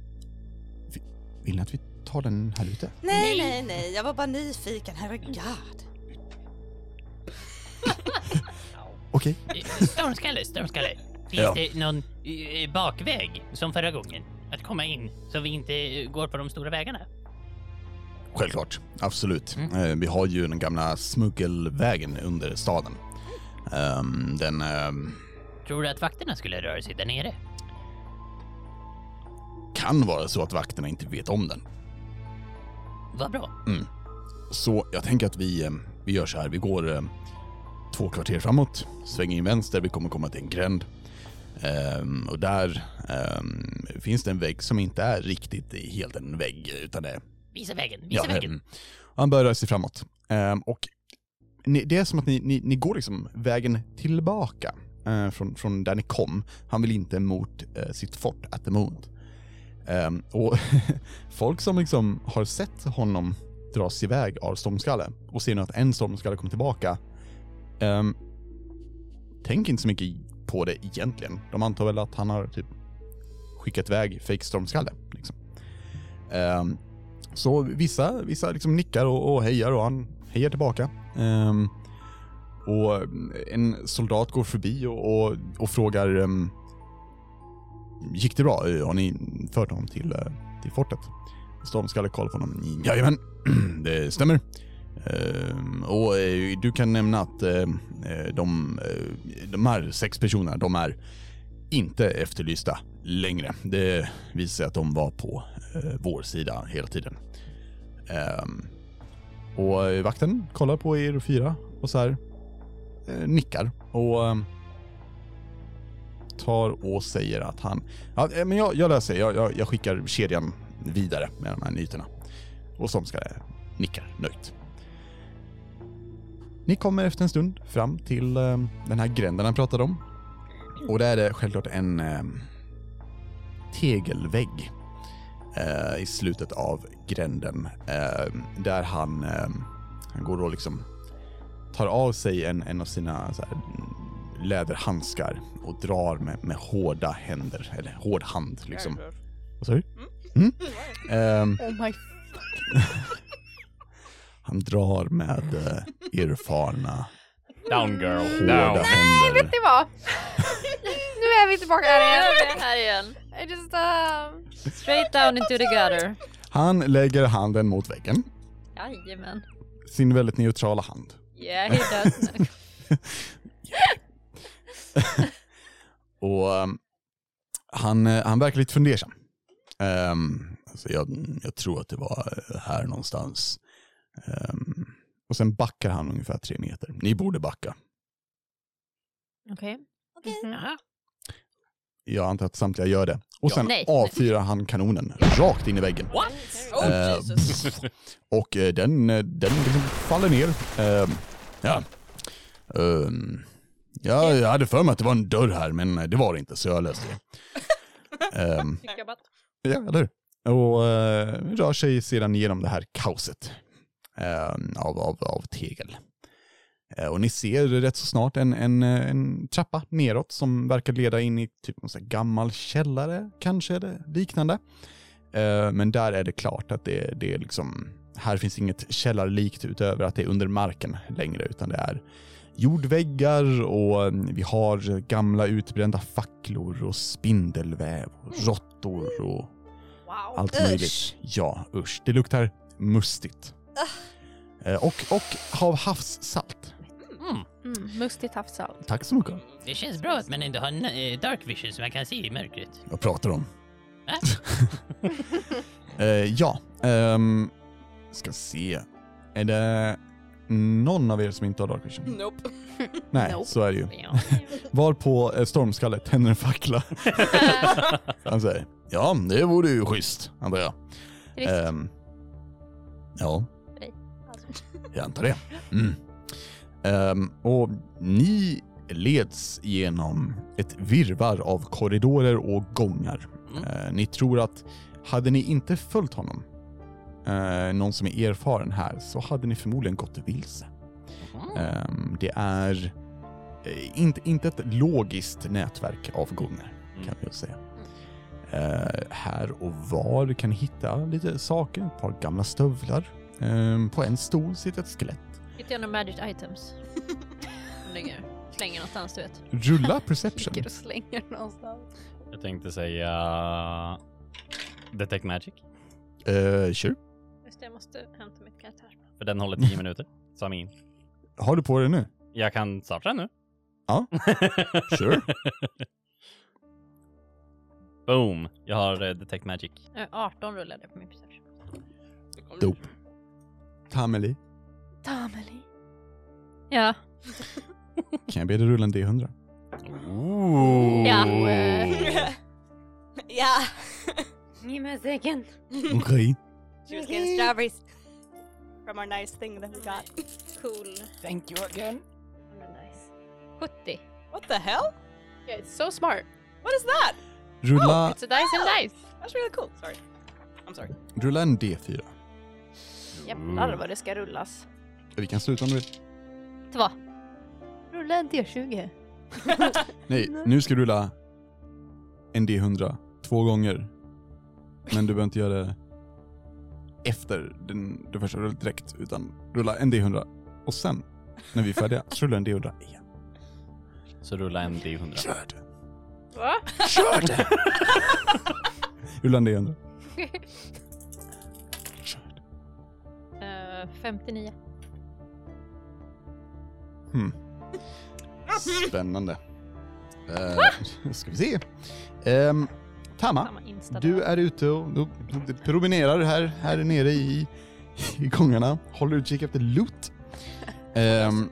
[SPEAKER 5] vi- vill ni att vi tar den här ute?
[SPEAKER 6] Nej, nej, nej, jag var bara nyfiken, herregud.
[SPEAKER 5] Okej.
[SPEAKER 7] Eh, Stormskalle, stormskalle. Finns
[SPEAKER 5] Ja.
[SPEAKER 7] det någon eh, bakväg som förra gången? Att komma in så vi inte eh, går på de stora vägarna?
[SPEAKER 5] Självklart, absolut. Eh, vi har ju den gamla smuggelvägen under staden. Ehm, den... ehm,
[SPEAKER 7] Tror du att vakterna skulle röra sig där nere?
[SPEAKER 5] kan vara så att vakterna inte vet om den.
[SPEAKER 7] Vad bra.
[SPEAKER 5] Så jag tänker att vi, eh, vi gör så här. Vi går eh, två kvarter framåt, svänger in vänster, vi kommer komma till en gränd. Ehm, och där ehm, finns det en vägg som inte är riktigt helt en vägg, utan det är
[SPEAKER 7] Visa vägen, visa
[SPEAKER 5] Ja,
[SPEAKER 7] vägen.
[SPEAKER 5] mm. Och Han börjar röra sig framåt. Ehm, och ni, det är som att ni, ni, ni går liksom vägen tillbaka eh, från, från där ni kom. Han vill inte mot eh, sitt fort at the moment. Ehm, och folk som liksom har sett honom dras iväg av stormskalle och ser nu att en stormskalle kommer tillbaka. ehm, tänk inte så mycket på det egentligen. De antar väl att han har typ skickat iväg fake stormskalle. Liksom. Ehm, så vissa, vissa liksom nickar och, och hejar och han hejar tillbaka. Ehm, och en soldat går förbi och, och, och frågar ehm, Gick det bra? Har ni fört honom till, eh, till fortet? Stormskalle kollar på honom. Jajamän, det stämmer. Ehm, och eh, du kan nämna att eh, eh, de, eh, de här sex personerna, de är inte efterlysta längre. Det visar sig att de var på eh, vår sida hela tiden. Ehm, och eh, vakten kollar på er fyra och så här. eh, nickar och eh, tar och säger att han... Ja, eh, men jag, jag löser det. Jag, jag, jag skickar kedjan vidare med de här nyheterna. Och som ska nickar nöjt. Ni kommer efter en stund fram till eh, den här gränden han pratade om. Och där är det självklart en eh, tegelvägg eh, i slutet av gränden. Eh, där han, eh, han går och liksom tar av sig en, en av sina så här, mm, läderhandskar och drar med, med hårda händer, eller hård hand liksom. Vad sa du? Mm. Ehm,
[SPEAKER 3] Oh my
[SPEAKER 5] han drar med eh, erfarna,
[SPEAKER 4] Down girl.
[SPEAKER 5] hårda
[SPEAKER 4] Down.
[SPEAKER 5] händer.
[SPEAKER 3] Det var. nu är vi tillbaka här igen.
[SPEAKER 2] Här igen.
[SPEAKER 3] I just, um,
[SPEAKER 2] Straight down into the gutter.
[SPEAKER 5] Han lägger handen mot väggen,
[SPEAKER 2] Jajamän.
[SPEAKER 5] sin väldigt neutrala hand.
[SPEAKER 2] Yeah, he does.
[SPEAKER 5] Och ehm, han, eh, han verkar lite fundersam. Um, alltså jag, jag tror att det var eh, här någonstans. Ehm, och sen backar han ungefär tre meter. Ni borde backa.
[SPEAKER 2] Okej. Mhm.
[SPEAKER 7] Jaha.
[SPEAKER 5] Jag antar att samtliga gör det. Och sen
[SPEAKER 2] Nej.
[SPEAKER 5] avfyrar han kanonen rakt in i väggen.
[SPEAKER 7] What?
[SPEAKER 6] Oh
[SPEAKER 5] Eh,
[SPEAKER 6] Jesus.
[SPEAKER 5] Och eh, den, eh, den liksom faller ner. Ehm, ja. Ehm, ja, jag hade för mig att det var en dörr här, men eh, det var det inte, så jag löste det. Ehm,
[SPEAKER 2] Fick jobbat.
[SPEAKER 5] Ja, eller hur? Och eh, rör sig sedan genom det här kaoset eh, av, av, av tegel. Eh, och ni ser rätt så snart en, en, eh, en trappa neråt som verkar leda in i typ någon sån här gammal källare kanske, eller liknande. Eh, men där är det klart att det, det är liksom, här finns inget källarlikt utöver att det är under marken längre, utan det är jordväggar och mm, vi har gamla utbrända facklor och spindelväv och råttor och
[SPEAKER 2] Wow.
[SPEAKER 5] allt
[SPEAKER 6] Usch.
[SPEAKER 5] möjligt. Ja, usch. Det luktar mustigt. Eh, Och, och av havssalt.
[SPEAKER 7] Mm.
[SPEAKER 3] mm, mustigt havssalt.
[SPEAKER 5] Tack så mycket.
[SPEAKER 7] Det känns bra att man ändå har en, eh, dark vision så man kan se i mörkret.
[SPEAKER 5] Vad pratar du om?
[SPEAKER 7] Va?
[SPEAKER 5] Eh, ja, ehm, ska se. Är det någon av er som inte har dark vision?
[SPEAKER 6] Nope.
[SPEAKER 5] Nej,
[SPEAKER 3] Nope.
[SPEAKER 5] så är det ju.
[SPEAKER 2] Ja.
[SPEAKER 5] Var på eh, stormskallet tänder en fackla. Han säger, ja det vore ju schysst, antar jag.
[SPEAKER 3] Schysst.
[SPEAKER 5] Ehm, ja.
[SPEAKER 2] Nej, alltså.
[SPEAKER 5] Jag antar det. Mm. Ehm, och ni leds genom ett virvar av korridorer och gångar.
[SPEAKER 7] Mm.
[SPEAKER 5] Eh, ni tror att hade ni inte följt honom, eh, någon som är erfaren här, så hade ni förmodligen gått vilse.
[SPEAKER 7] Mm.
[SPEAKER 5] Ehm, det är eh, inte, inte ett logiskt nätverk av gånger,
[SPEAKER 4] Mm.
[SPEAKER 5] kan vi väl säga. Eh, här och var kan ni hitta lite saker, ett par gamla stövlar. Ehm, på en stol sitter ett skelett.
[SPEAKER 2] Hittade jag några magic items? Som ligger- Slänger någonstans, du vet.
[SPEAKER 5] Rulla perception.
[SPEAKER 3] Ligger och slänger någonstans.
[SPEAKER 4] Jag tänkte säga... uh, Detect Magic.
[SPEAKER 5] Eh, sure.
[SPEAKER 2] Just det, jag måste hämta mitt karaktär.
[SPEAKER 4] För den håller 10 minuter. Så min.
[SPEAKER 5] Har du på dig nu?
[SPEAKER 4] Jag kan starta den nu.
[SPEAKER 5] Ja. Sure.
[SPEAKER 4] Boom. Jag har eh, Detect Magic.
[SPEAKER 2] Eh, 18 rullade jag på min perception.
[SPEAKER 5] Dope. Tameli.
[SPEAKER 3] Dameli.
[SPEAKER 2] Ja.
[SPEAKER 5] Kan jag be dig rulla en D100?
[SPEAKER 4] Ooh.
[SPEAKER 2] Ja.
[SPEAKER 5] Mm.
[SPEAKER 6] ja.
[SPEAKER 2] Ge mig en second.
[SPEAKER 5] Okej.
[SPEAKER 6] She was getting strawberries. From our nice thing that we got.
[SPEAKER 2] Cool.
[SPEAKER 7] Thank you again.
[SPEAKER 2] Nice. 70.
[SPEAKER 6] What the hell?
[SPEAKER 3] Yeah, it's so smart.
[SPEAKER 6] What is that?
[SPEAKER 5] Rulla,
[SPEAKER 3] It's a dice and dice.
[SPEAKER 6] That's really cool. Sorry. I'm sorry.
[SPEAKER 5] rulla en D4.
[SPEAKER 3] Jävlar vad det ska rullas.
[SPEAKER 5] Vi kan sluta om du vill.
[SPEAKER 2] Två.
[SPEAKER 3] Rulla en D20.
[SPEAKER 5] Nej, nu ska du rulla en D100 två gånger. Men du behöver inte göra det efter den, det första rullet direkt, utan rulla en D100 och sen, när vi är färdiga, så rullar en D100 igen.
[SPEAKER 4] Så rulla en D100.
[SPEAKER 5] Kör det! Va? Kör det! rulla en D100. Kör det.
[SPEAKER 2] Eh, 59.
[SPEAKER 5] Hmm. Spännande. Eh, ska vi se. Ehm, Tama,
[SPEAKER 2] Samma insta.
[SPEAKER 5] du är ute och och promenerar här, här nere i, i gångarna. Håller utkik efter loot. Ehm,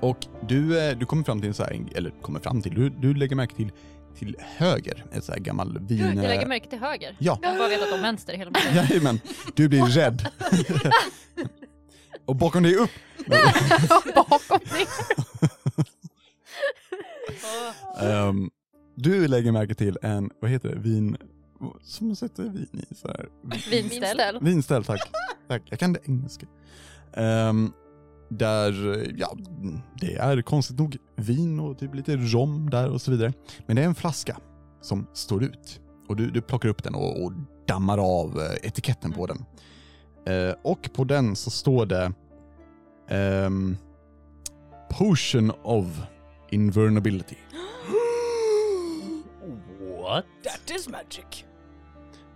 [SPEAKER 5] Och du, eh, du kommer fram till en så här, eller kommer fram till, du, du lägger märke till, till höger, en så här gammal vin... eh,
[SPEAKER 2] Jag lägger märke till höger.
[SPEAKER 5] Ja.
[SPEAKER 2] Jag har bara vetat om vänster hela mitt liv.
[SPEAKER 5] Jajamän, du blir rädd. och bakom dig upp.
[SPEAKER 3] Bakom dig.
[SPEAKER 5] Ehm, du lägger märke till en, vad heter det, vin... Som man sätter vin i så här.
[SPEAKER 2] Vinställ.
[SPEAKER 5] Vinställ, tack. tack. Jag kan det engelska. Ehm, där, eh, ja, det är konstigt nog vin och typ lite rom där och så vidare. Men det är en flaska som står ut. Och du, du plockar upp den och, och dammar av eh, etiketten på den. Eh, och på den så står det ehm, Potion of Invulnerability.
[SPEAKER 7] What?
[SPEAKER 1] That is magic.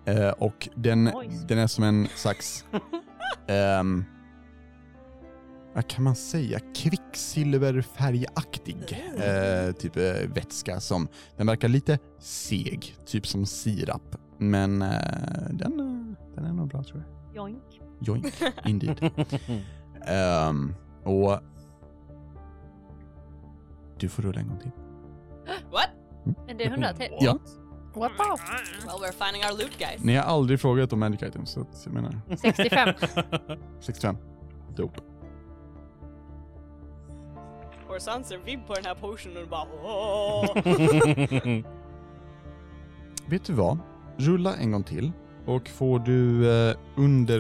[SPEAKER 5] Eh, och den,
[SPEAKER 2] Oj.
[SPEAKER 5] den är som en slags... ehm, vad kan man säga? Kvicksilverfärgaktig eh, typ eh, vätska som... Den verkar lite seg, typ som sirap. Men eh, den, eh, den är nog bra tror jag.
[SPEAKER 2] Joink.
[SPEAKER 5] Joink, indeed. Ehm, och... Du får rulla en gång till.
[SPEAKER 6] What?
[SPEAKER 2] Är det 100 till?
[SPEAKER 5] Ja.
[SPEAKER 3] What the?
[SPEAKER 6] Well, we're finding our loot, guys.
[SPEAKER 5] Ni har aldrig frågat om magic items, så att, jag menar...
[SPEAKER 2] 65.
[SPEAKER 5] 65. Dope.
[SPEAKER 6] Vår sanser vibb på den här potionen och bara åh.
[SPEAKER 5] Vet du vad? Rulla en gång till och får du eh, under...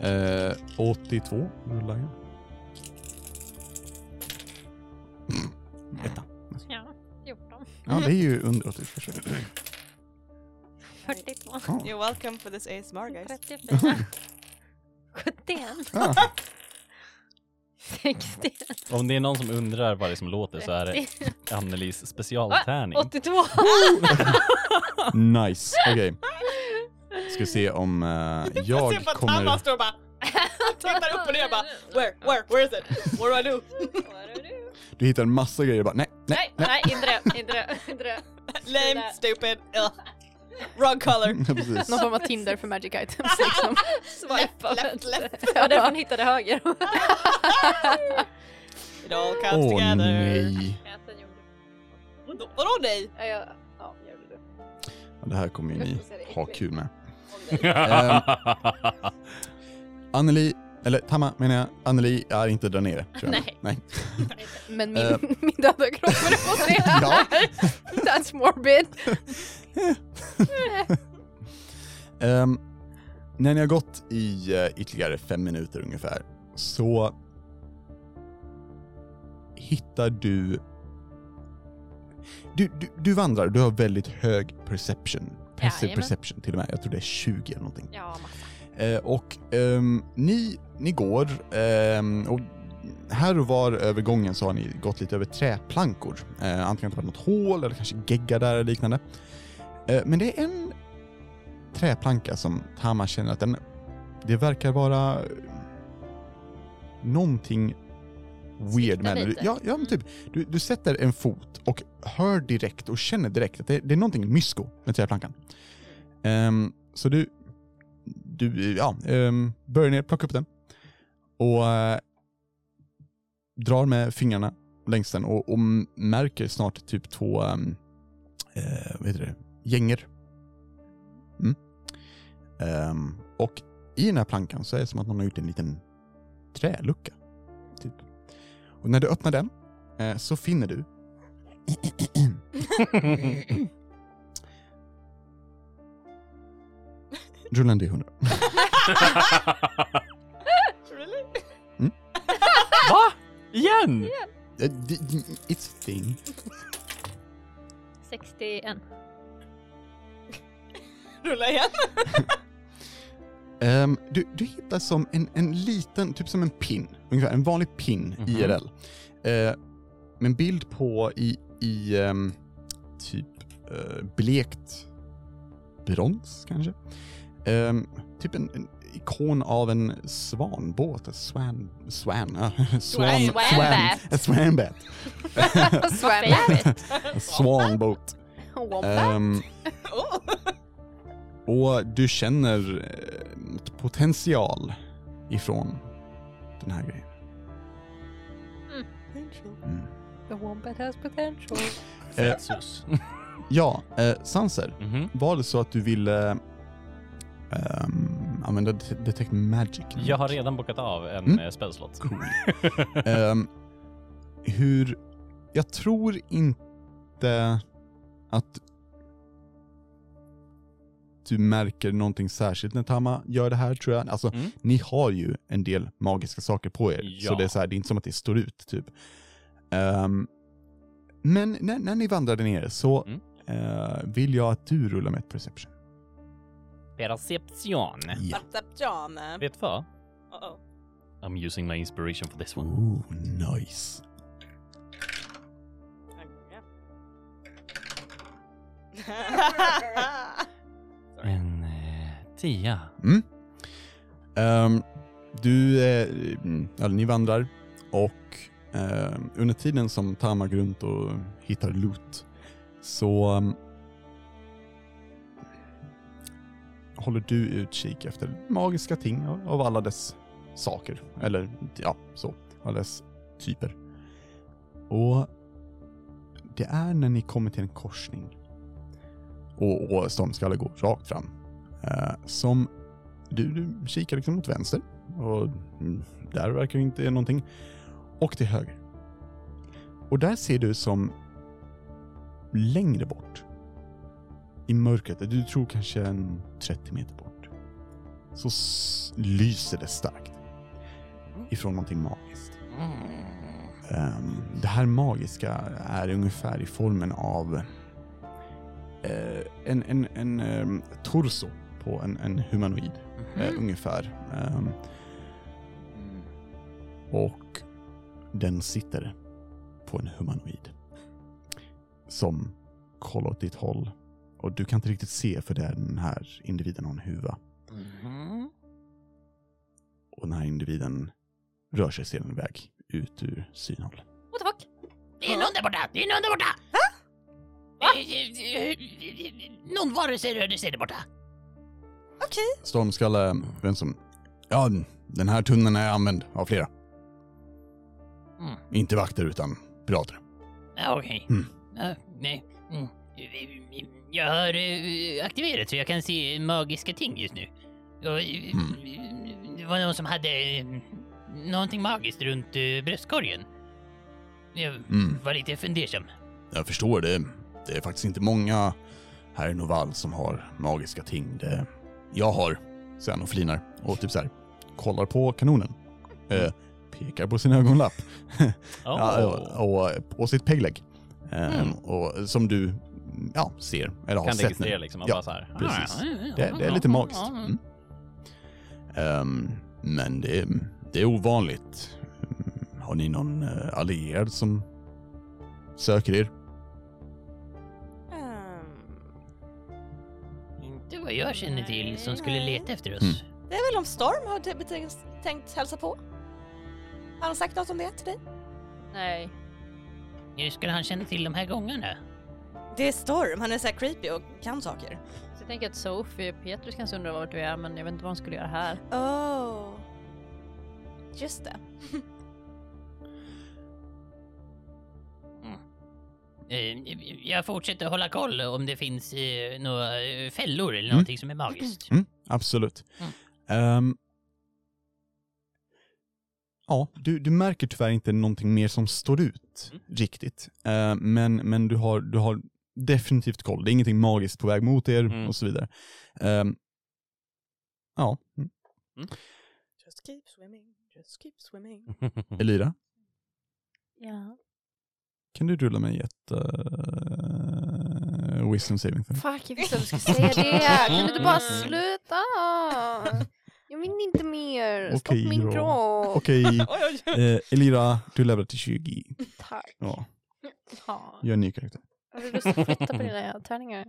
[SPEAKER 5] Eh, 82. Rulla igen. Etta.
[SPEAKER 2] Ja. 14.
[SPEAKER 5] Ja, det är ju under 80. försök.
[SPEAKER 2] 42.
[SPEAKER 5] Ja.
[SPEAKER 6] You're welcome for this ASMR, guys.
[SPEAKER 2] 34. 71.
[SPEAKER 5] Ah,
[SPEAKER 2] 60.
[SPEAKER 4] Om det är någon som undrar vad det är som låter så är det Annelies specialtärning.
[SPEAKER 2] 82.
[SPEAKER 5] nice. Okej. Ska se om eh, jag
[SPEAKER 6] ser på att Anna
[SPEAKER 5] kommer...
[SPEAKER 6] står och bara tittar upp och ner och bara where, where, where is it? What do I do?
[SPEAKER 5] Du hittar en massa grejer bara nej, nej.
[SPEAKER 2] Nej, nej, inte det. Inte det. Inte det.
[SPEAKER 6] Lame, stupid, ugh. Wrong color.
[SPEAKER 5] Precis.
[SPEAKER 3] Någon form av Tinder för magic items liksom.
[SPEAKER 2] Swipe av
[SPEAKER 6] left,
[SPEAKER 2] vänster. Ja, därför hon hittade höger.
[SPEAKER 6] It all comes
[SPEAKER 5] Åh
[SPEAKER 6] together.
[SPEAKER 5] nej.
[SPEAKER 6] Vadå- Vadå nej?
[SPEAKER 3] Ja, jag- ja, jag gjorde det.
[SPEAKER 5] Det här kommer ju ni
[SPEAKER 3] Luktar det
[SPEAKER 5] ha
[SPEAKER 3] äckligt?
[SPEAKER 5] kul med.
[SPEAKER 4] Eh,
[SPEAKER 5] Anneli, eller Tamma menar jag, Anneli är inte där nere. Tror jag.
[SPEAKER 2] Nej.
[SPEAKER 5] nej.
[SPEAKER 3] Men
[SPEAKER 5] Eh.
[SPEAKER 3] min, min döda kropp var det på det här.
[SPEAKER 5] Ja.
[SPEAKER 3] That's morbid.
[SPEAKER 5] Ehm, när ni har gått i eh, ytterligare fem minuter ungefär så hittar du... Du, du, du vandrar, du har väldigt hög perception. Passive
[SPEAKER 2] Jajamän.
[SPEAKER 5] perception till och med. Jag tror det är 20 eller någonting.
[SPEAKER 2] Ja, massa.
[SPEAKER 5] Eh, och ehm, ni, ni går ehm, och här och var över gången så har ni gått lite över träplankor. Eh, antingen har det varit något hål eller kanske geggar där eller liknande. Eh, men det är en träplanka som Tama känner att den, det verkar vara eh, någonting weird
[SPEAKER 2] Sviktar
[SPEAKER 5] med den.
[SPEAKER 2] lite.
[SPEAKER 5] Ja, ja men typ. Du, du sätter en fot och hör direkt och känner direkt att det, det är någonting mysko med träplankan. Ehm, så du, du ja, ehm, börjar ner, plocka upp den och eh, drar med fingrarna längs den och, och märker snart typ två, ehm, eh, vad heter det, gänger. Mm. Ehm, och i den här plankan så är det som att någon har gjort en liten trälucka. Typ. Och när du öppnar den eh, så finner du Rulla en D100.
[SPEAKER 6] Really?
[SPEAKER 4] Va? Igen?
[SPEAKER 5] Eh, d- d- It's a thing.
[SPEAKER 2] 61.
[SPEAKER 6] Rulla igen.
[SPEAKER 5] Ehm, du, du hittar som en, en liten, typ som en pin, ungefär en vanlig pin
[SPEAKER 4] Mhm.
[SPEAKER 5] IRL. Eh, med en bild på i, i ehm, typ eh, blekt brons kanske. Ehm, typ en, en ikon av en svanbåt, en swan, swan, swan, swan,
[SPEAKER 2] Swanbat.
[SPEAKER 5] en swanbat,
[SPEAKER 3] Swambat.
[SPEAKER 5] en swanbåt. Ehm,
[SPEAKER 6] Oh.
[SPEAKER 5] och du känner eh, något potential ifrån den här grejen. Mm.
[SPEAKER 3] The Wombat has potential.
[SPEAKER 5] Eh, ja, eh, Sanser.
[SPEAKER 4] Mhm.
[SPEAKER 5] Var det så att du ville ehm, använda det- Detect Magic?
[SPEAKER 4] Jag har redan bokat av en
[SPEAKER 5] Mm.
[SPEAKER 4] mm. spelslott.
[SPEAKER 5] Cool. Ehm, hur... Jag tror inte att du märker någonting särskilt när Tama gör det här tror jag. Alltså,
[SPEAKER 4] Mm.
[SPEAKER 5] ni har ju en del magiska saker på er, så
[SPEAKER 4] Ja.
[SPEAKER 5] det är, så här, det är inte som att det står ut typ. Ehm, men när, när ni vandrade ner så
[SPEAKER 4] Mm.
[SPEAKER 5] eh, vill jag att du rullar med ett perception.
[SPEAKER 4] Perception.
[SPEAKER 5] Ja.
[SPEAKER 6] What's up John?
[SPEAKER 4] Vet du vad?
[SPEAKER 6] Uh-oh.
[SPEAKER 4] I'm using my inspiration for this one.
[SPEAKER 5] Ooh, nice.
[SPEAKER 4] En eh, tia.
[SPEAKER 5] Ehm, du, eh, mm, ja, ni vandrar och ehm, under tiden som Tama går runt och hittar loot så ehm, håller du utkik efter magiska ting av- av alla dess saker. Eller ja, så. Alla dess typer. Och det är när ni kommer till en korsning och, och stormskalle går rakt fram eh, som du, du kikar liksom åt vänster och mm, där verkar det inte vara någonting. Och till höger. Och där ser du som längre bort i mörkret, du tror kanske en 30 meter bort, så s- lyser det starkt ifrån någonting magiskt.
[SPEAKER 7] Mm.
[SPEAKER 5] Ehm, det här magiska är ungefär i formen av eh, en, en, en ehm, torso på en, en humanoid eh, ungefär. Ehm, och den sitter på en humanoid som kollar åt ditt håll och du kan inte riktigt se för den här individen har en huva
[SPEAKER 7] Mm.
[SPEAKER 5] och den här individen rör sig sedan iväg ut ur synhåll.
[SPEAKER 2] What the fuck?
[SPEAKER 7] Det är en hund där borta! Det är en hund där borta! Eh, Va? eh, Någon varelse rörde sig där borta.
[SPEAKER 5] Stormskalle, vem som... Ja, den här tunneln är använd av flera.
[SPEAKER 7] Mm.
[SPEAKER 5] Inte vakter utan pirater.
[SPEAKER 7] Ja, okej.
[SPEAKER 5] Mm.
[SPEAKER 7] Ja, nej. Mm. Jag har eh, aktiverat så jag kan se magiska ting just nu. Och, eh,
[SPEAKER 5] Mm.
[SPEAKER 7] Det var någon som hade eh, någonting magiskt runt eh, bröstkorgen. Jag
[SPEAKER 5] Mm.
[SPEAKER 7] var lite fundersam.
[SPEAKER 5] Jag förstår det. Det är faktiskt inte många här i Novall som har magiska ting. Det jag har, säger han och flinar. Och typ så här, kollar på kanonen. Eh, pekar på sin ögonlapp. Ja, och, och, och sitt pegleg. Eh,
[SPEAKER 4] Mm.
[SPEAKER 5] och, som du ja, ser, eller har
[SPEAKER 4] Kan
[SPEAKER 5] sett
[SPEAKER 4] registrera
[SPEAKER 5] nu.
[SPEAKER 4] liksom. Man
[SPEAKER 5] Ja,
[SPEAKER 4] bara så här.
[SPEAKER 5] Precis. Det, det är lite magiskt. Mm. Ehm, men det, det är ovanligt. Mm, Har ni någon eh, allierad som söker er?
[SPEAKER 6] Um,
[SPEAKER 7] Inte vad jag känner till som skulle leta efter oss.
[SPEAKER 5] Mm.
[SPEAKER 6] Det är väl om Storm har tänkt- tänkt hälsa på? Har han sagt något om det till dig?
[SPEAKER 2] Nej.
[SPEAKER 7] Hur Eh, skulle han känna till de här gångarna?
[SPEAKER 6] Det är Storm, han är så här creepy och kan saker.
[SPEAKER 2] Så jag tänker att Sophie och Petrus kanske undrar vart vi är men jag vet inte vad de skulle göra här.
[SPEAKER 6] Oh. Just det.
[SPEAKER 7] Eh, Jag fortsätter hålla koll om det finns eh, några eh, fällor eller någonting som är magiskt.
[SPEAKER 5] Mm, absolut.
[SPEAKER 7] Mm.
[SPEAKER 5] Ehm, ja, du, du märker tyvärr inte någonting mer som står ut riktigt. Ehm, men men du, har, du har definitivt koll. Det är ingenting magiskt på väg mot er
[SPEAKER 4] Mm.
[SPEAKER 5] och så vidare. Ehm, ja, mm.
[SPEAKER 6] Just keep swimming, just keep swimming.
[SPEAKER 5] Elira,
[SPEAKER 2] Ja.
[SPEAKER 5] kan du rulla mig ett eh, wisdom saving thing?
[SPEAKER 3] Fuck, jag visste att du skulle säga det. Kan du inte bara
[SPEAKER 5] Mm.
[SPEAKER 3] sluta? Jag vill inte mer. Stopp
[SPEAKER 5] Okej
[SPEAKER 3] min
[SPEAKER 5] då.
[SPEAKER 3] kropp.
[SPEAKER 5] Okej,
[SPEAKER 6] Oj, oj, oj.
[SPEAKER 5] eh, Elira, du levelar till 20.
[SPEAKER 3] Tack.
[SPEAKER 5] Ja,
[SPEAKER 3] Ja.
[SPEAKER 5] gör en ny karaktär.
[SPEAKER 3] Har du lust att flytta på dina tärningar?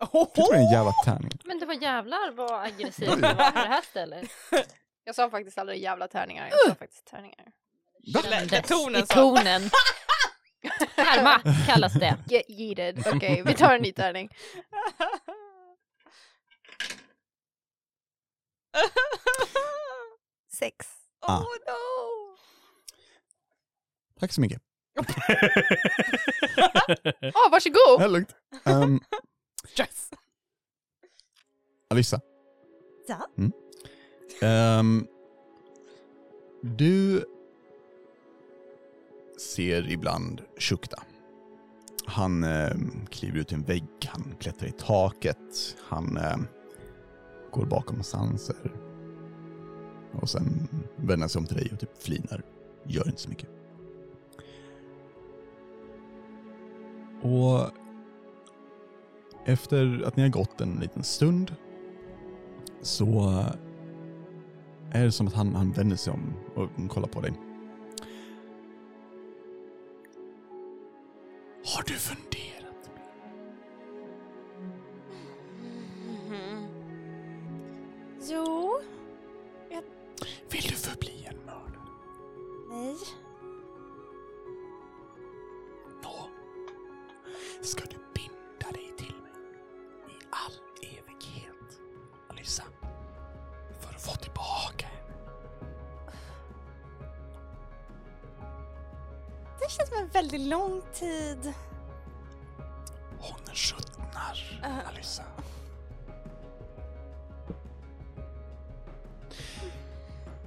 [SPEAKER 5] Det tror Eh, jag är en jävla tärning.
[SPEAKER 2] Men det var jävlar vad aggressivt det var på det här stället.
[SPEAKER 3] Jag sa faktiskt aldrig jävla tärningar. Jag sa faktiskt tärningar.
[SPEAKER 6] Det- tonen
[SPEAKER 2] I
[SPEAKER 6] sa-
[SPEAKER 2] tonen. Karma kallas det.
[SPEAKER 3] Get yeeted. Okej, vi tar en ny tärning. Sex.
[SPEAKER 5] Ah.
[SPEAKER 6] Oh no!
[SPEAKER 5] Tack så mycket.
[SPEAKER 3] Ja, varsågod!
[SPEAKER 5] Det är lugnt. Ehm,
[SPEAKER 1] Yes.
[SPEAKER 5] Alissa.
[SPEAKER 6] Ja?
[SPEAKER 5] Mm. Ehm, du ser ibland Shukta. Han ehm, kliver ut i en vägg, han klättrar i taket, han ehm, går bakom Sanser. Och sen vänder han sig om till dig och typ flinar. Gör inte så mycket. Och efter att ni har gått en liten stund så eh, är det som att han, han vänder sig om och kollar på dig. Har du funderat?
[SPEAKER 6] Mm-hmm. Jo,
[SPEAKER 5] Vill du förbli en mördare?
[SPEAKER 6] nej.
[SPEAKER 5] Nå. Ska du binda dig till mig i all evighet, Alissa? För att få tillbaka henne?
[SPEAKER 6] Det känns som en väldigt lång tid.
[SPEAKER 5] Hon sjuttnar,
[SPEAKER 6] Eh.
[SPEAKER 5] Alissa.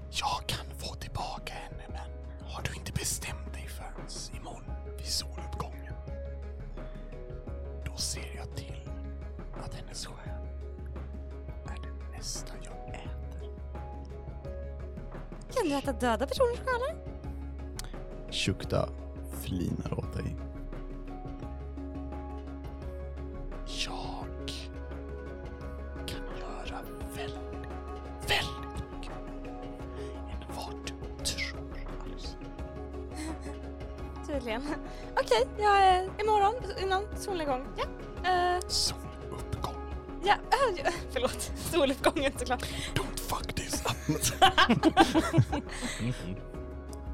[SPEAKER 5] Jag kan få tillbaka henne, men har du inte bestämt dig förrän imorgon vid soluppgången? Då ser jag till att hennes själ är det nästa jag äter.
[SPEAKER 6] Kan du äta döda personers själar?
[SPEAKER 5] Shukta flinar åt dig. Jag kan göra väldigt, väldigt mycket. Än vad du tror, Alice.
[SPEAKER 6] Tydligen. Okej, jag är imorgon innan solnedgång. Ja. Eh,
[SPEAKER 5] Soluppgång.
[SPEAKER 6] ja. Uh, förlåt, soluppgången såklart.
[SPEAKER 5] Don't fuck this up.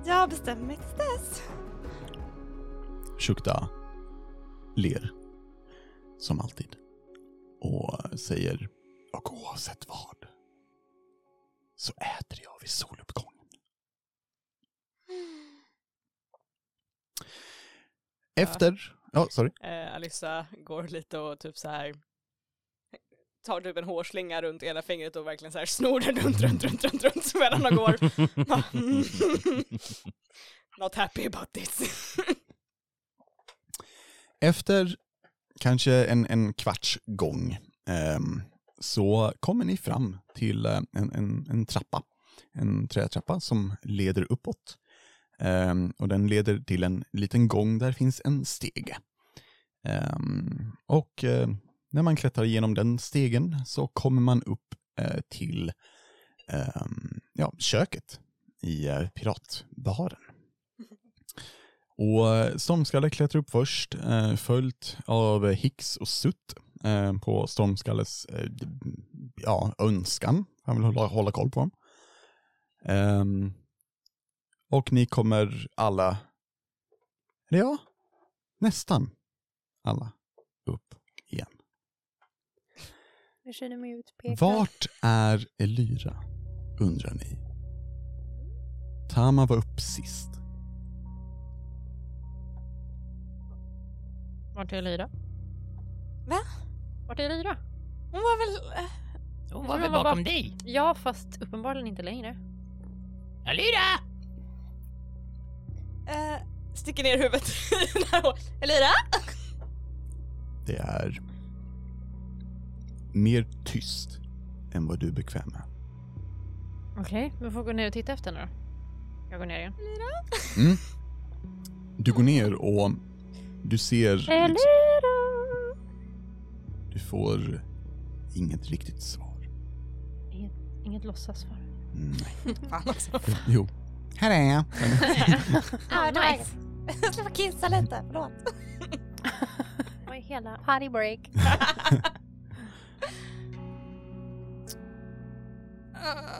[SPEAKER 6] Jag bestämmer mig till dess.
[SPEAKER 5] Shukta ler. Som alltid. Och säger. Och oavsett vad. Så äter jag vid soluppgången.
[SPEAKER 6] Mm.
[SPEAKER 5] Efter. Ja, sorry.
[SPEAKER 1] Eh, Alissa går lite och typ så här tar typ en hårslinga runt ena fingret och verkligen så här snor den runt, runt, runt, runt, runt medan de går. Bara, Not happy about this.
[SPEAKER 5] Efter kanske en, en kvarts gång ehm, så kommer ni fram till eh, en, en, en trappa. En trätrappa som leder uppåt. Ehm, och den leder till en liten gång där finns en stege. Ehm, och eh, när man klättrar igenom den stegen så kommer man upp eh, till ehm, ja, köket i eh, piratbaren. Och eh, Stormskalle klättrar upp först, eh, följt av eh, Hicks och Sutt eh, på Stormskalles eh, d- ja, önskan. Han vill hålla, hålla koll på dem. Ehm, och ni kommer alla, eller ja, nästan alla upp igen.
[SPEAKER 3] Jag känner mig utpekad.
[SPEAKER 5] Vart är Elyra? Undrar ni. Tama var upp sist.
[SPEAKER 2] Vart är Lyra?
[SPEAKER 6] Va?
[SPEAKER 2] Vart är Lyra?
[SPEAKER 6] Hon var väl... eh,
[SPEAKER 7] Hon
[SPEAKER 2] Jag tror
[SPEAKER 7] var väl
[SPEAKER 2] hon var
[SPEAKER 7] bakom
[SPEAKER 2] bak-
[SPEAKER 7] dig?
[SPEAKER 2] Ja, fast uppenbarligen inte längre.
[SPEAKER 7] Alira!
[SPEAKER 6] eh, sticker ner huvudet i den här hår- Elira?
[SPEAKER 5] Det är mer tyst än vad du är bekväm med.
[SPEAKER 2] Okej, vi får gå ner och titta efter henne då. Jag går ner igen.
[SPEAKER 5] Du går ner och du ser... liksom- Du får inget riktigt svar.
[SPEAKER 2] Inget låtsassvar.
[SPEAKER 5] Nej.
[SPEAKER 1] Fan också.
[SPEAKER 5] Jo. Här är jag.
[SPEAKER 6] Ah, nice. Jag ska få kissa lite, förlåt.
[SPEAKER 2] Vad är hela... Party break.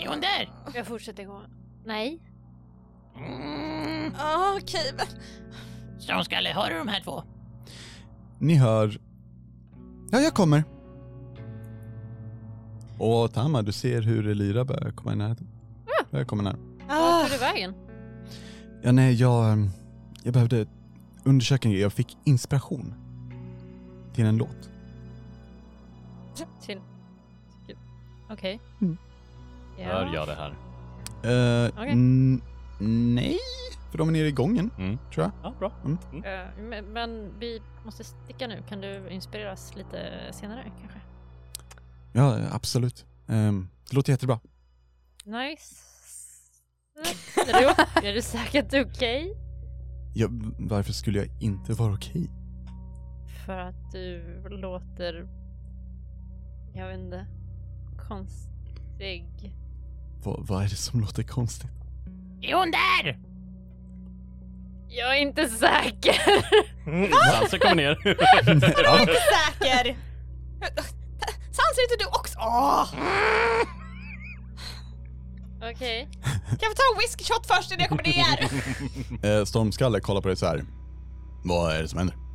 [SPEAKER 7] Är hon där?
[SPEAKER 2] Jag fortsätter gå. Nej.
[SPEAKER 7] Mm.
[SPEAKER 6] Ah, Okej, men...
[SPEAKER 7] Strånskalle, har du de här två?
[SPEAKER 5] Ni hör... Ja, jag kommer. Och Tama, du ser hur Elira börjar komma i närheten. Börjar komma nära.
[SPEAKER 6] Ah.
[SPEAKER 2] Vart tog du vägen?
[SPEAKER 5] Ja, nej, jag, ehm, jag behövde undersöka en grej. Jag fick inspiration till en låt.
[SPEAKER 2] Till... Okej.
[SPEAKER 5] Mm.
[SPEAKER 2] Ja.
[SPEAKER 4] Hör jag det här?
[SPEAKER 5] Eh,
[SPEAKER 2] Okej.
[SPEAKER 5] n- nej, för de är nere i gången,
[SPEAKER 4] Mm.
[SPEAKER 5] tror jag.
[SPEAKER 4] Ja, bra.
[SPEAKER 2] Eh, men, men vi måste sticka nu. Kan du inspireras lite senare kanske?
[SPEAKER 5] Ja, eh, absolut. Ehm, det låter jättebra.
[SPEAKER 2] Nice. Är du, är du säker att det är okej?
[SPEAKER 5] Ja, v- varför skulle jag inte vara okej?
[SPEAKER 2] För att du låter... Jag vet inte. Konstig.
[SPEAKER 5] Vad, vad är det som låter konstigt?
[SPEAKER 7] Är hon där?
[SPEAKER 2] Jag är inte säker.
[SPEAKER 4] Dansen alltså kommer ner.
[SPEAKER 5] Mm. ja,
[SPEAKER 6] Säker! Sanser inte du också? Åh!
[SPEAKER 2] Okej.
[SPEAKER 6] Kan vi ta en whisky shot först innan jag kommer ner?
[SPEAKER 5] eh, Stormskalle kollar på dig så här. Vad är det som händer?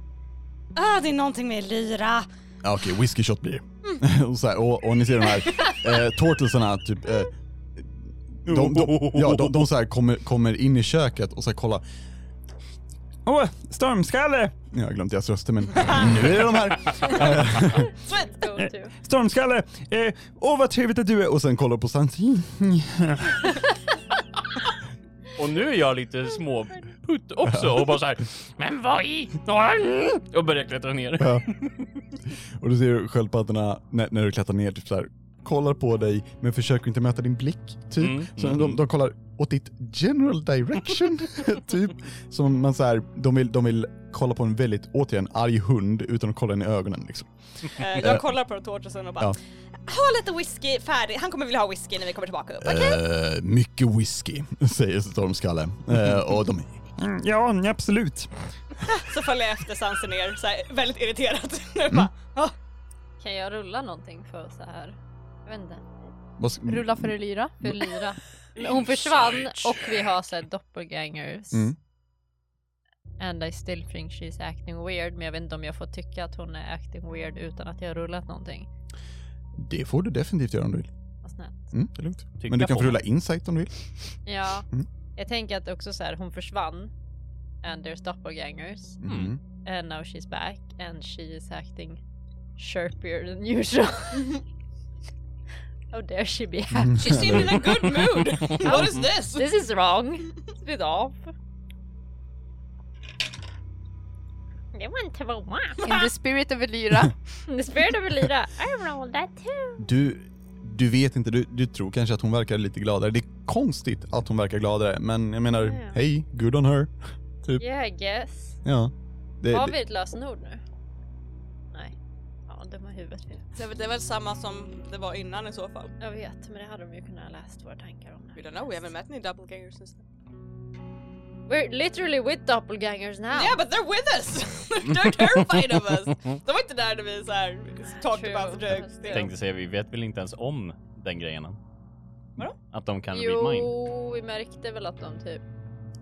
[SPEAKER 6] Ah, det är någonting med lyra.
[SPEAKER 5] Ja, okej, whisky shot blir det. och, så här, och, och ni ser de här eh, tortelsarna, typ... Eh, de, de, ja, de, de så här kommer, kommer in i köket och så här kollar. Åh, stormskalle! Jag har glömt deras röster men nu är det de här.
[SPEAKER 6] Sweet!
[SPEAKER 2] Go to.
[SPEAKER 5] Stormskalle! eh, Åh vad trevligt att du är! Och sen kollar på Santin.
[SPEAKER 4] Och nu är jag lite småputt också och bara så här. Men vad i... Ah!" Och börjar klättra ner.
[SPEAKER 5] Ja. Och du ser hur sköldpaddorna, när, när du klättrar ner, typ så här, kollar på dig men försöker inte möta din blick, typ.
[SPEAKER 4] Mm,
[SPEAKER 5] Så
[SPEAKER 4] mm,
[SPEAKER 5] de,
[SPEAKER 4] mm.
[SPEAKER 5] de kollar åt ditt general direction, typ. Som man så här, de vill, de vill kolla på en väldigt, återigen, arg hund utan att kolla den i ögonen liksom.
[SPEAKER 1] Eh, Jag kollar på Tortusen och bara,
[SPEAKER 5] Ja.
[SPEAKER 6] Ha lite whisky färdig. Han kommer vilja ha whisky när vi kommer tillbaka upp.
[SPEAKER 5] Eh, mycket whisky, säger Stormskalle. Eh, och de Ja, absolut.
[SPEAKER 1] så följer jag efter Sanser ner, så här, väldigt irriterad. Nu bara, "Ah,
[SPEAKER 2] Kan jag rulla någonting för så här? Jag vet inte.
[SPEAKER 5] Vad ska-
[SPEAKER 3] Rulla för Elyra.
[SPEAKER 2] För Lyra. Hon försvann och vi har sett doppelgangers.
[SPEAKER 5] Mm.
[SPEAKER 2] And I still think she's acting weird. Men jag vet inte om jag får tycka att hon är acting weird utan att jag har rullat någonting.
[SPEAKER 5] Det får du definitivt göra om du vill.
[SPEAKER 2] Vad snällt.
[SPEAKER 5] Mm, det är lugnt.
[SPEAKER 4] Tycka
[SPEAKER 5] Men du kan
[SPEAKER 4] på.
[SPEAKER 5] få rulla insight om du vill.
[SPEAKER 2] Ja.
[SPEAKER 5] Mm.
[SPEAKER 2] Jag tänker att också så här, hon försvann. And there's doppelgangers.
[SPEAKER 5] Mm.
[SPEAKER 2] And now she's back. And she is acting sharper than usual. How dare she be happy?
[SPEAKER 5] Mm.
[SPEAKER 6] She seemed in a good mood. What is this?
[SPEAKER 2] This is wrong. It's a bit off. Det var en tvåa.
[SPEAKER 3] In the spirit of Elyra.
[SPEAKER 2] Det spelade väl lira. I rolled that too.
[SPEAKER 5] Du, du vet inte, du, du tror kanske att hon verkar lite gladare. Det är konstigt att hon verkar gladare, men jag menar,
[SPEAKER 2] Ja.
[SPEAKER 5] hej, good on her.
[SPEAKER 2] Yeah, I guess.
[SPEAKER 5] Ja. Det,
[SPEAKER 2] Har
[SPEAKER 5] det,
[SPEAKER 2] vi ett lösenord nu? Nej. Ja, dumma huvudet vill.
[SPEAKER 1] det är väl- det är väl samma som det var innan i så fall.
[SPEAKER 2] Jag vet, men det hade de ju kunnat ha läst våra tankar om.
[SPEAKER 1] We don't know, we haven't met any doppelgangers since then.
[SPEAKER 2] We're literally with doppelgangers now.
[SPEAKER 1] Yeah but they're with us! they're terrified of us! De var inte där när vi såhär talked
[SPEAKER 2] True.
[SPEAKER 1] about the drugs.
[SPEAKER 2] Fast det-
[SPEAKER 4] Tänkte säga, vi vet väl inte ens om den grejen än.
[SPEAKER 1] Vadå?
[SPEAKER 4] Att de kan read mind.
[SPEAKER 2] Jo, vi märkte väl att de typ...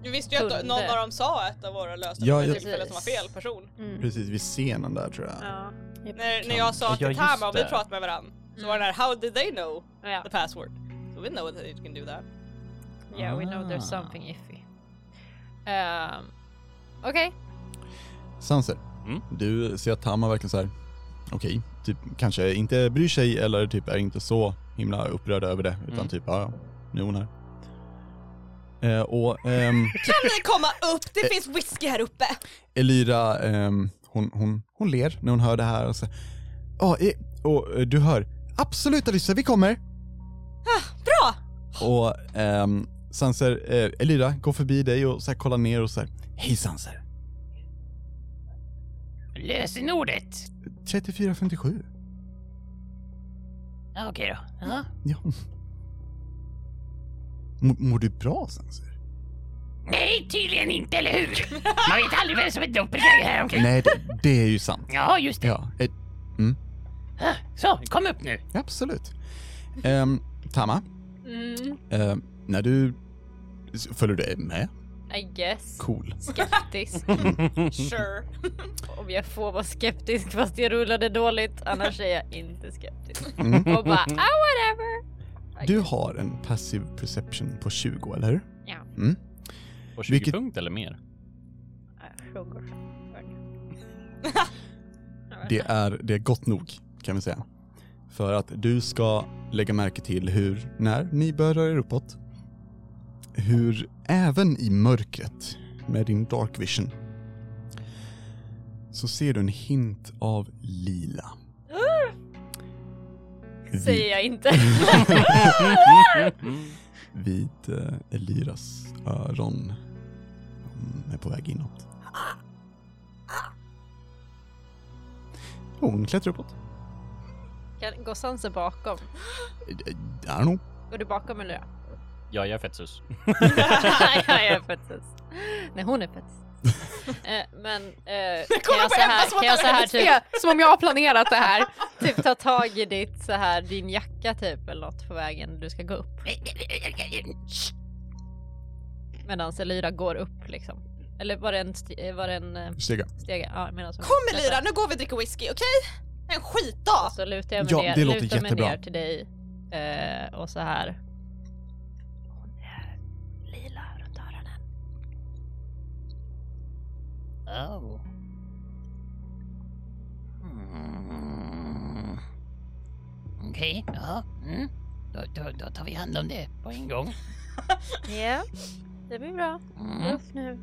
[SPEAKER 1] Vi visste ju att
[SPEAKER 2] Kunde.
[SPEAKER 1] någon av dem sa ett av våra lösningar
[SPEAKER 5] Ja,
[SPEAKER 1] ja,
[SPEAKER 5] jag-
[SPEAKER 1] tillfälle som var fel person.
[SPEAKER 5] Precis vid scenen där tror jag.
[SPEAKER 2] Ja.
[SPEAKER 1] När, när jag sa
[SPEAKER 4] Ja,
[SPEAKER 1] till
[SPEAKER 4] just
[SPEAKER 1] Tama och vi
[SPEAKER 4] det.
[SPEAKER 1] pratade med varandra så var den här How did they know
[SPEAKER 2] ja.
[SPEAKER 1] the password? So we know that you can do that.
[SPEAKER 2] Yeah, we know there's
[SPEAKER 4] Ah.
[SPEAKER 2] something iffy. Um, Okej.
[SPEAKER 5] Sanser,
[SPEAKER 4] Mm.
[SPEAKER 5] du ser att Tama verkar så här. okej, typ kanske inte bryr sig eller typ är inte så himla upprörd över det, utan
[SPEAKER 4] Mm.
[SPEAKER 5] typ, ja, ja, nu är hon här. Eh, och ehm,
[SPEAKER 6] Kan ni komma upp? Det finns whisky här uppe.
[SPEAKER 5] Elira, ehm, hon, hon, hon ler när hon hör det här och så Ja, eh, och eh, du hör Absolut Alissa, vi kommer!
[SPEAKER 7] Ah,
[SPEAKER 6] bra!
[SPEAKER 5] Och ehm, Sanser, eh, Elira går förbi dig och så här, kollar ner och så här, Hej Sanser!
[SPEAKER 7] Lösenordet.
[SPEAKER 5] 3457.
[SPEAKER 7] Ja, Okej då. Ja.
[SPEAKER 5] Ja. M- mår du bra Sanser?
[SPEAKER 7] Nej, tydligen inte, eller hur? Man vet aldrig vem som är doppelganger här omkring.
[SPEAKER 5] Nej, det, det är ju sant.
[SPEAKER 7] Ja, just det.
[SPEAKER 5] Ja, eh,
[SPEAKER 7] Ah, Så, kom upp nu.
[SPEAKER 5] absolut. Ehm, Tama,
[SPEAKER 2] Mm,
[SPEAKER 5] ehm, när du... Följer du med?
[SPEAKER 2] I guess.
[SPEAKER 5] Cool.
[SPEAKER 2] Skeptisk.
[SPEAKER 1] Sure.
[SPEAKER 2] Om jag får vara skeptisk fast jag rullade dåligt. Annars är jag inte skeptisk.
[SPEAKER 5] Mm.
[SPEAKER 2] Och bara ah whatever.
[SPEAKER 5] Du har en passive perception på 20, eller hur?
[SPEAKER 2] Ja.
[SPEAKER 5] Mm.
[SPEAKER 4] På 20
[SPEAKER 5] Vilket-
[SPEAKER 4] punkt eller mer?
[SPEAKER 2] Äh, frågor.
[SPEAKER 5] Det är, det är gott nog, kan vi säga. För att du ska lägga märke till hur, när ni börjar röra er uppåt, hur även i mörkret med din dark vision så ser du en hint av lila. Vid,
[SPEAKER 2] Säger jag inte.
[SPEAKER 4] Mm.
[SPEAKER 5] vid eh, Eliras öron. Hon är på väg inåt. Hon klättrar uppåt.
[SPEAKER 2] Kan, går Sanser bakom?
[SPEAKER 5] Det är nog.
[SPEAKER 2] Går du bakom eller jag?
[SPEAKER 4] Ja, jag är fetsus.
[SPEAKER 2] jag är fetis. Nej, hon är fetis. Eh, men eh, kan
[SPEAKER 6] Kolla
[SPEAKER 2] jag
[SPEAKER 6] på
[SPEAKER 2] så
[SPEAKER 6] Ebba
[SPEAKER 2] här,
[SPEAKER 6] som att
[SPEAKER 2] kan jag så
[SPEAKER 6] hon
[SPEAKER 2] här typ,
[SPEAKER 3] Som om jag har planerat det här.
[SPEAKER 2] typ ta tag i ditt så här, din jacka typ eller något på vägen du ska gå upp? Medan Elira går upp liksom. Eller var det en, sti- eh, var det en eh,
[SPEAKER 5] Stega.
[SPEAKER 2] stege? Ja, medan hon
[SPEAKER 8] Kom Elira, nu går vi och dricker whisky, okej? En skitdag!
[SPEAKER 2] Så lutar jag mig,
[SPEAKER 5] Ja,
[SPEAKER 2] ner,
[SPEAKER 5] det låter
[SPEAKER 2] lutar mig
[SPEAKER 5] jättebra.
[SPEAKER 2] ner till dig eh, och så här. Hon är lila runt öronen.
[SPEAKER 7] Oh. Mm. Okej, ja. Mm. Då, då, då tar vi hand om det på en gång.
[SPEAKER 2] Ja, det blir bra.
[SPEAKER 7] Mm.
[SPEAKER 2] Upp nu.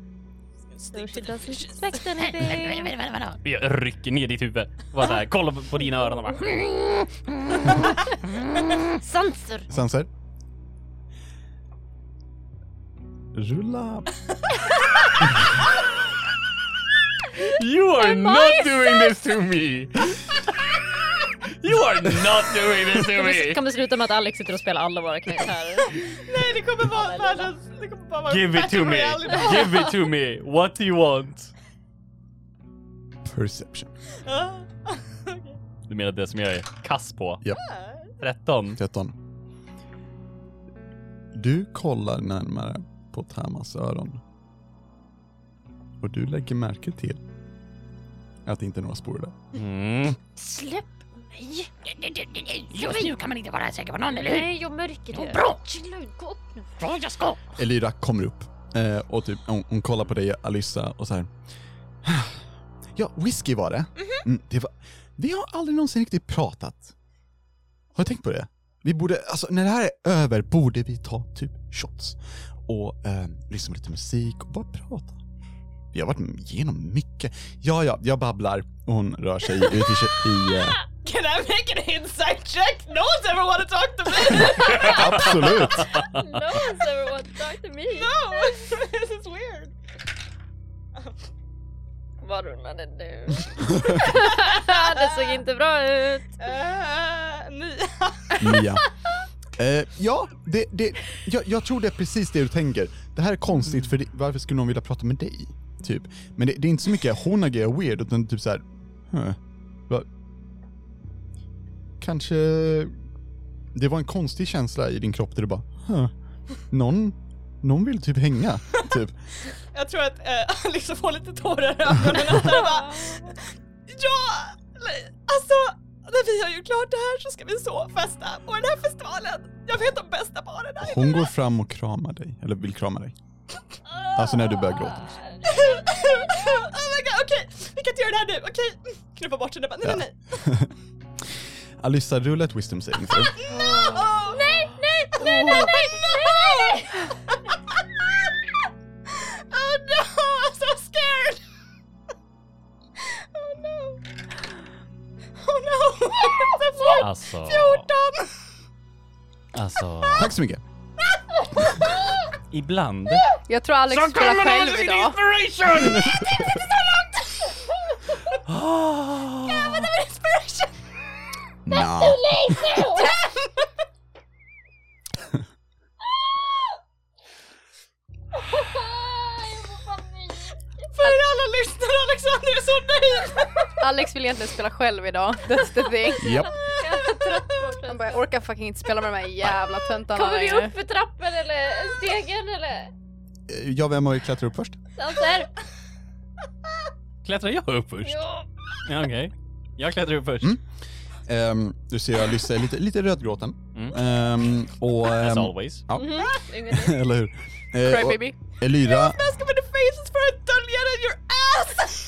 [SPEAKER 8] Snyggt.
[SPEAKER 6] Mm.
[SPEAKER 7] Vänta, vänta, vänta, vänta.
[SPEAKER 4] Jag rycker ner ditt huvud. Bara så här, kollar på- på dina öron och bara...
[SPEAKER 2] Sansur!
[SPEAKER 5] Sanser. Rulla.
[SPEAKER 4] You are not doing this to me! You are not doing this to
[SPEAKER 2] Det
[SPEAKER 4] me!
[SPEAKER 2] kommer sluta med att Alex sitter och spelar alla våra karaktärer.
[SPEAKER 6] Nej, det kommer vara världens... Det kommer bara vara
[SPEAKER 4] Give it
[SPEAKER 6] battle
[SPEAKER 4] to me!
[SPEAKER 6] royale idag.
[SPEAKER 4] Give it to me! What do you want?
[SPEAKER 5] Perception.
[SPEAKER 4] Du menar det som jag är kass på?
[SPEAKER 5] Ja.
[SPEAKER 4] 13.
[SPEAKER 5] 13. Du kollar närmare på Tamas öron. Och du lägger märke till att det inte är några spår där.
[SPEAKER 4] Mm.
[SPEAKER 2] Släpp mig!
[SPEAKER 7] Just nu kan man inte vara säker på någon, eller hur?
[SPEAKER 2] Nej, jag märker det.
[SPEAKER 7] Bra!
[SPEAKER 2] Chilla ut, gå upp nu.
[SPEAKER 7] Bra, jag ska!
[SPEAKER 5] Elira kommer upp eh, och typ, hon, hon kollar på dig Alyssa och så här. Ja, whisky var det. Mm, det var, vi har aldrig någonsin riktigt pratat. Har du tänkt på det? Vi borde, alltså när det här är över borde vi ta typ shots och eh, lyssna på lite musik och bara prata. Vi har varit igenom mycket. Ja, ja, jag babblar. Och Hon rör sig ut i, i eh,
[SPEAKER 6] Can I make an inside check? No one's ever wanna talk to me!
[SPEAKER 5] absolut.
[SPEAKER 2] No one's ever want to talk to me.
[SPEAKER 6] No! This is weird.
[SPEAKER 2] Vad rullade du? det såg inte bra ut.
[SPEAKER 1] Uh,
[SPEAKER 6] Eh, ni...
[SPEAKER 5] Mia. Eh, ja, det, det, jag, jag tror det är precis det du tänker. Det här är konstigt, för det, varför skulle någon vilja prata med dig? Typ. Men det, det är inte så mycket hon agerar weird, utan typ såhär... Huh, va? Kanske... Det var en konstig känsla i din kropp där du bara... Huh, någon, någon vill typ hänga, typ.
[SPEAKER 6] Jag tror att eh, Alex får lite tårar i ögonen och där bara... Ja! Alltså, när vi har gjort klart det här så ska vi så festa. Och den här festivalen, jag vet de bästa baren här.
[SPEAKER 5] Hon går fram och kramar dig, eller vill krama dig. Alltså när du börjar gråta.
[SPEAKER 6] oh my god, okej, vi kan inte göra det här nu, okej? Knuffa bort henne bara, nej, nej,
[SPEAKER 5] Alyssa, rulla ett wisdom saving throw.
[SPEAKER 6] nej. Oh. Nej, nej, nej, nej, nej, nej! oh no, I'm so scared! Oh no. Oh no! Jag får
[SPEAKER 4] Alltså...
[SPEAKER 6] 14!
[SPEAKER 4] Alltså...
[SPEAKER 5] Tack så mycket.
[SPEAKER 4] Ibland...
[SPEAKER 3] Jag tror Alex spelar själv idag.
[SPEAKER 4] inspiration!
[SPEAKER 5] Nja.
[SPEAKER 6] För alla lyssnare, Alexander är så nöjd!
[SPEAKER 3] Alex vill egentligen spela själv idag. That's the thing.
[SPEAKER 5] Japp.
[SPEAKER 3] Han bara, jag orkar fucking inte spela med de här jävla töntarna
[SPEAKER 2] Kommer vi
[SPEAKER 3] längre."
[SPEAKER 2] upp för trappen eller stegen eller? Alltså,
[SPEAKER 5] Eh, Ja, vem har ju klättrat upp först?
[SPEAKER 2] Sanser!
[SPEAKER 4] Klättrar jag upp först?
[SPEAKER 2] Ja.
[SPEAKER 4] Ja, okej. Jag klättrar upp först.
[SPEAKER 5] Mm. Ehm, du ser Alyssa är lite, lite rödgråten.
[SPEAKER 4] Mm.
[SPEAKER 5] Ehm, och...
[SPEAKER 4] As
[SPEAKER 5] ehm,
[SPEAKER 4] always.
[SPEAKER 5] ja,
[SPEAKER 2] Ungefär.
[SPEAKER 5] eller hur? Eh, och
[SPEAKER 3] Crybaby.
[SPEAKER 5] Elyra,
[SPEAKER 1] Mask up in the faces för att dölja den your ass!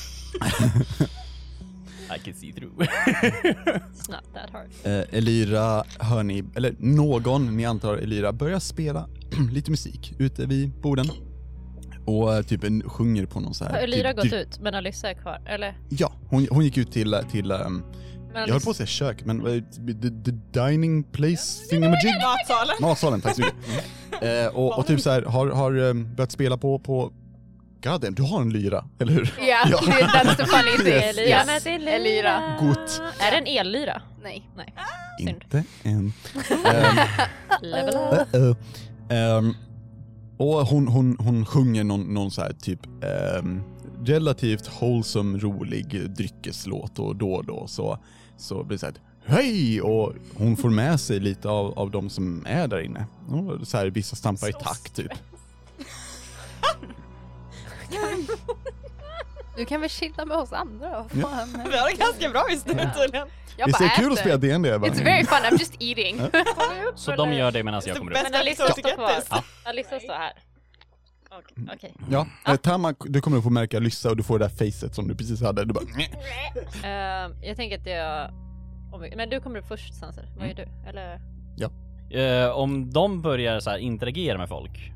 [SPEAKER 4] I can see through.
[SPEAKER 2] It's not that hard.
[SPEAKER 5] eh, Elyra hör ni, eller någon ni antar Elyra, börjar spela lite musik ute vid borden. Och eh, typ en, sjunger på någon så här...
[SPEAKER 2] Har Elira
[SPEAKER 5] typ,
[SPEAKER 2] gått
[SPEAKER 5] du-
[SPEAKER 2] ut men Alyssa är kvar? Eller?
[SPEAKER 5] Ja, hon, hon gick ut till, till ehm,
[SPEAKER 2] Men
[SPEAKER 5] jag höll på att säga kök, men eh, the, the dining place thingamajig?
[SPEAKER 6] Matsalen.
[SPEAKER 5] Matsalen, tack så mycket.
[SPEAKER 3] Mm.
[SPEAKER 5] Eh, och, och typ så här, har, har ehm, börjat spela på, på... God damn, du har en lyra, eller hur?
[SPEAKER 3] Ja,
[SPEAKER 5] Ja.
[SPEAKER 3] det- that's the funny thing.
[SPEAKER 5] Yes,
[SPEAKER 2] Elira
[SPEAKER 5] yes.
[SPEAKER 2] med Elira.
[SPEAKER 3] Elira.
[SPEAKER 5] Gott.
[SPEAKER 2] Är det en ellyra?
[SPEAKER 3] Nej.
[SPEAKER 2] Nej. synd.
[SPEAKER 5] Inte än. Ehm,
[SPEAKER 2] Level up.
[SPEAKER 5] Uh-oh. Ehm, och hon, hon, hon sjunger någon, någon så här typ ehm, relativt wholesome, rolig dryckeslåt och då och då så, så blir det så här hej och hon får med sig lite av, av de som är där inne. Och så här, vissa stampar i takt typ.
[SPEAKER 3] Du kan väl chilla med oss andra? Vad
[SPEAKER 5] Ja.
[SPEAKER 3] fan?
[SPEAKER 6] Vi har det ganska bra just nu tydligen.
[SPEAKER 3] Jag
[SPEAKER 5] Visst är det
[SPEAKER 3] bara
[SPEAKER 5] kul att spela
[SPEAKER 3] äter.
[SPEAKER 5] D&D? va?
[SPEAKER 3] It's very fun, I'm just eating.
[SPEAKER 4] Så de gör det medan jag kommer upp.
[SPEAKER 2] Men
[SPEAKER 6] Bästa
[SPEAKER 2] Alyssa står kvar.
[SPEAKER 6] leksaksgettis.
[SPEAKER 2] Alyssa står här. Mm. Okej. okej.
[SPEAKER 5] Ja, eh, Tama, du kommer att få märka Lyssa och du får det där facet som du precis hade. Du bara, "Nyeh."
[SPEAKER 2] Ehm, jag tänker att jag... om vi- Men du kommer först Sanser, vad
[SPEAKER 4] Mm.
[SPEAKER 2] gör du? Eller?
[SPEAKER 4] Eh, om de börjar så här interagera med folk.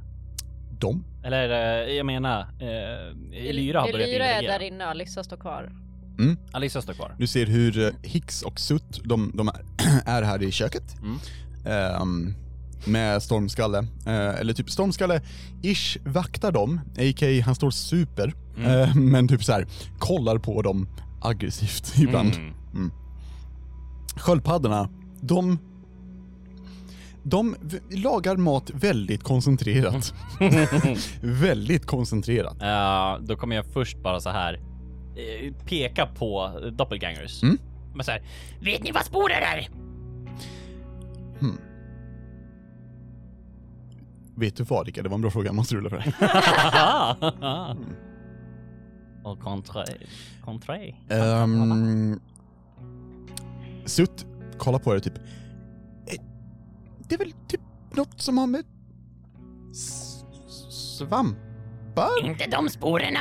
[SPEAKER 5] de?
[SPEAKER 4] Eller eh, jag menar, eh, Elyra har börjat
[SPEAKER 2] Elira är där
[SPEAKER 4] interagera.
[SPEAKER 2] inne och Alyssa står kvar.
[SPEAKER 4] Alyssa står kvar.
[SPEAKER 5] Du ser hur eh, Hicks och Sutt, de, de är- är här i köket.
[SPEAKER 4] Mm.
[SPEAKER 5] Ehm, med stormskalle, Eh, eller typ stormskalle-ish vaktar dem, a.k.a. han står super,
[SPEAKER 4] Mm.
[SPEAKER 5] Eh, men typ så här kollar på dem aggressivt ibland.
[SPEAKER 4] Mm.
[SPEAKER 5] Sköldpaddorna, de de v- lagar mat väldigt koncentrerat. väldigt koncentrerat.
[SPEAKER 4] Eh, då kommer jag först bara så här eh, peka på doppelgangers.
[SPEAKER 5] Mm.
[SPEAKER 4] Men så här, vet ni vad sporer är?
[SPEAKER 5] Vet du vad Rickard, det var en bra fråga, jag måste rulla för det.
[SPEAKER 4] Och contrary. Contrary.
[SPEAKER 5] Um, Sutt kollar på er typ. "Eh, Det är väl typ något som har med s- svampar?
[SPEAKER 7] Inte de sporerna!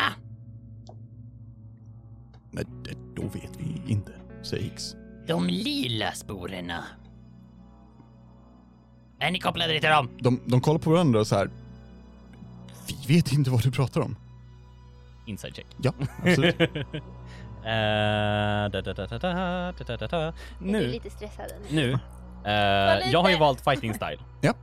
[SPEAKER 5] Nej, det, då vet vi inte, säger Hicks.
[SPEAKER 7] De lila sporerna. Är ni kopplade till dem?
[SPEAKER 5] De, de kollar på varandra och så här. Vi vet inte vad du pratar om.
[SPEAKER 4] Inside check.
[SPEAKER 5] Ja, absolut.
[SPEAKER 4] Eh, da, da, da, da, da, da, da, da. Nu,
[SPEAKER 3] stressad
[SPEAKER 4] nu. eh, jag har ju valt fighting style.
[SPEAKER 5] Ja.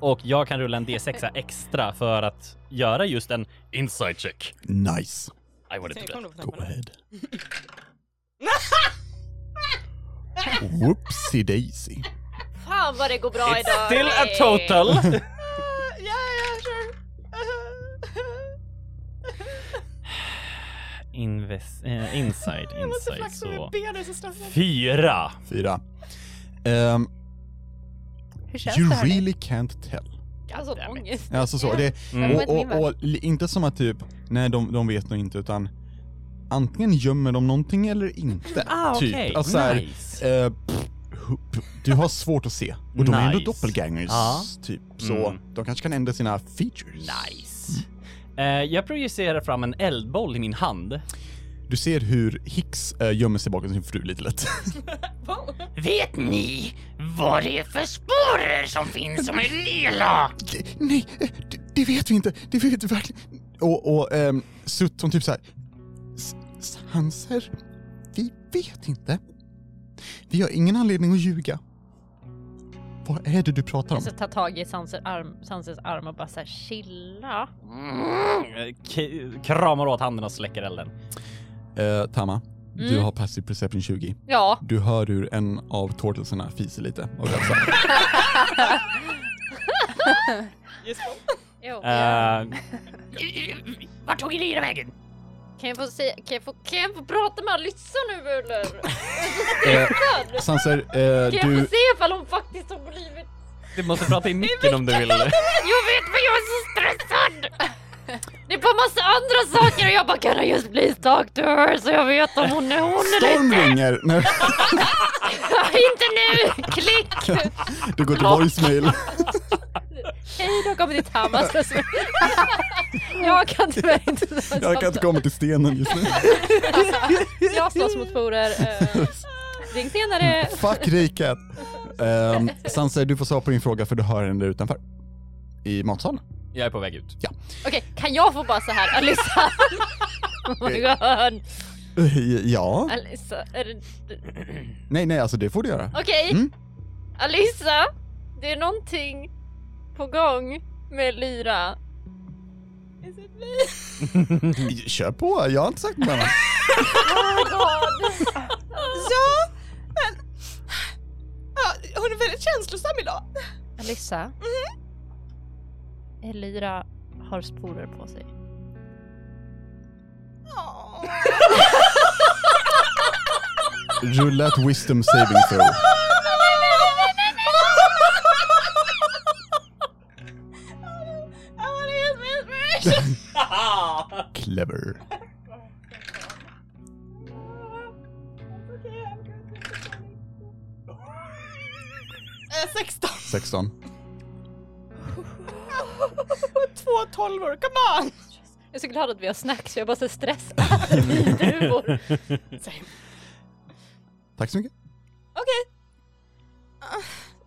[SPEAKER 4] Och jag kan rulla en D6 extra för att göra just en inside check.
[SPEAKER 5] nice.
[SPEAKER 4] I wanted to do that.
[SPEAKER 5] Go ahead. Whoopsie daisy.
[SPEAKER 2] Fan vad det går bra
[SPEAKER 4] It's
[SPEAKER 2] idag!
[SPEAKER 4] still a total!
[SPEAKER 1] Ja, ja, sure.
[SPEAKER 4] Inves, eh, inside,
[SPEAKER 1] Jag måste
[SPEAKER 4] inside.
[SPEAKER 1] flaxa
[SPEAKER 4] Så
[SPEAKER 1] med benen så stressad.
[SPEAKER 4] fyra.
[SPEAKER 5] Fyra. Ehm,
[SPEAKER 3] Hur känns
[SPEAKER 5] you
[SPEAKER 3] det här?
[SPEAKER 5] really can't tell.
[SPEAKER 2] Alltså ångest.
[SPEAKER 5] Alltså så, det,
[SPEAKER 4] Mm.
[SPEAKER 5] Och, och, och li- inte som att typ, nej de, de vet nog inte utan antingen gömmer de någonting eller inte.
[SPEAKER 4] Ah,
[SPEAKER 5] typ.
[SPEAKER 4] okej.
[SPEAKER 5] Alltså, så här,
[SPEAKER 4] Nice.
[SPEAKER 5] eh, pff, hu- pff, du har svårt att se. Och de är ändå
[SPEAKER 4] Nice.
[SPEAKER 5] doppelgangers,
[SPEAKER 4] Ja.
[SPEAKER 5] typ. Så
[SPEAKER 4] Mm.
[SPEAKER 5] de kanske kan ändra sina features.
[SPEAKER 4] Nice. Eh, jag projicerar fram en eldboll i min hand. Eh,
[SPEAKER 5] Du ser hur Hicks eh, gömmer sig bakom sin fru lite lätt.
[SPEAKER 7] Vet ni vad det är för sporer som finns som är lila?
[SPEAKER 5] Det- nej, eh, det, det vet vi inte. Det vet vi verkligen Och, och ehm, Sutt, hon typ såhär... Sanser, vi vet inte. Vi har ingen anledning att ljuga. Vad är det du pratar om?
[SPEAKER 2] Alltså ta tag i Sanses arm, Sanses arm och bara såhär chilla.
[SPEAKER 4] Eh, k- kramar åt handen och släcker elden.
[SPEAKER 5] Eh, Tama, du
[SPEAKER 2] Mm.
[SPEAKER 5] har passive perception 20.
[SPEAKER 2] Ja.
[SPEAKER 5] Du hör hur en av tortelserna fiser lite. Och rafsar.
[SPEAKER 2] Jo.
[SPEAKER 4] Eh,
[SPEAKER 7] Vart tog Elira vägen?
[SPEAKER 2] Kan, jag få säga, kan, jag få, kan jag få prata med Alyssa nu eller?
[SPEAKER 5] eh, Sanser, eh,
[SPEAKER 2] Kan jag
[SPEAKER 5] du...
[SPEAKER 2] få se ifall hon faktiskt har blivit...
[SPEAKER 4] du måste prata i micken om du vill.
[SPEAKER 2] Jag vet men jag är så stressad! Det är bara massa andra saker och jag bara Can I just please talk to her så jag vet om hon är hon eller
[SPEAKER 5] Storm ringer! Nej,
[SPEAKER 2] inte nu! Klick!
[SPEAKER 5] det går till voicemail.
[SPEAKER 2] Hej, du har kommit till Hamas. jag kan tyvärr inte ta
[SPEAKER 5] Jag
[SPEAKER 2] en
[SPEAKER 5] kan inte
[SPEAKER 2] samtal.
[SPEAKER 5] komma till stenen just nu.
[SPEAKER 2] Jag slåss mot porer. eh, Ring senare.
[SPEAKER 5] Fuck riket! Um, Sanse, du får svara på din fråga för du hör henne där utanför. I matsalen.
[SPEAKER 4] Jag är på väg ut.
[SPEAKER 2] Okej, kan jag få bara så här, Alissa? Oh my god.
[SPEAKER 5] Eh, Ja.
[SPEAKER 2] Alissa, är det...
[SPEAKER 5] Nej, nej, alltså det får du göra.
[SPEAKER 2] Okej.
[SPEAKER 5] Mm.
[SPEAKER 2] Alissa, det är någonting på gång med Lyra.
[SPEAKER 5] Mm, Kör på, jag har inte sagt något annat.
[SPEAKER 2] Oh my god.
[SPEAKER 6] Ja, men... Ja, hon är väldigt känslosam idag.
[SPEAKER 2] Alissa? Elira har sporer på sig.
[SPEAKER 6] Åh.
[SPEAKER 5] Rulla ett wisdom saving throw.
[SPEAKER 6] I wanna use my inspiration.
[SPEAKER 5] Clever.
[SPEAKER 6] Eh, 16
[SPEAKER 5] 16.
[SPEAKER 6] och två tolvor, come on!
[SPEAKER 2] Jag är så glad att vi har snacks, jag bara så stressad i druvor.
[SPEAKER 5] Tack så mycket.
[SPEAKER 6] Okej. Ah,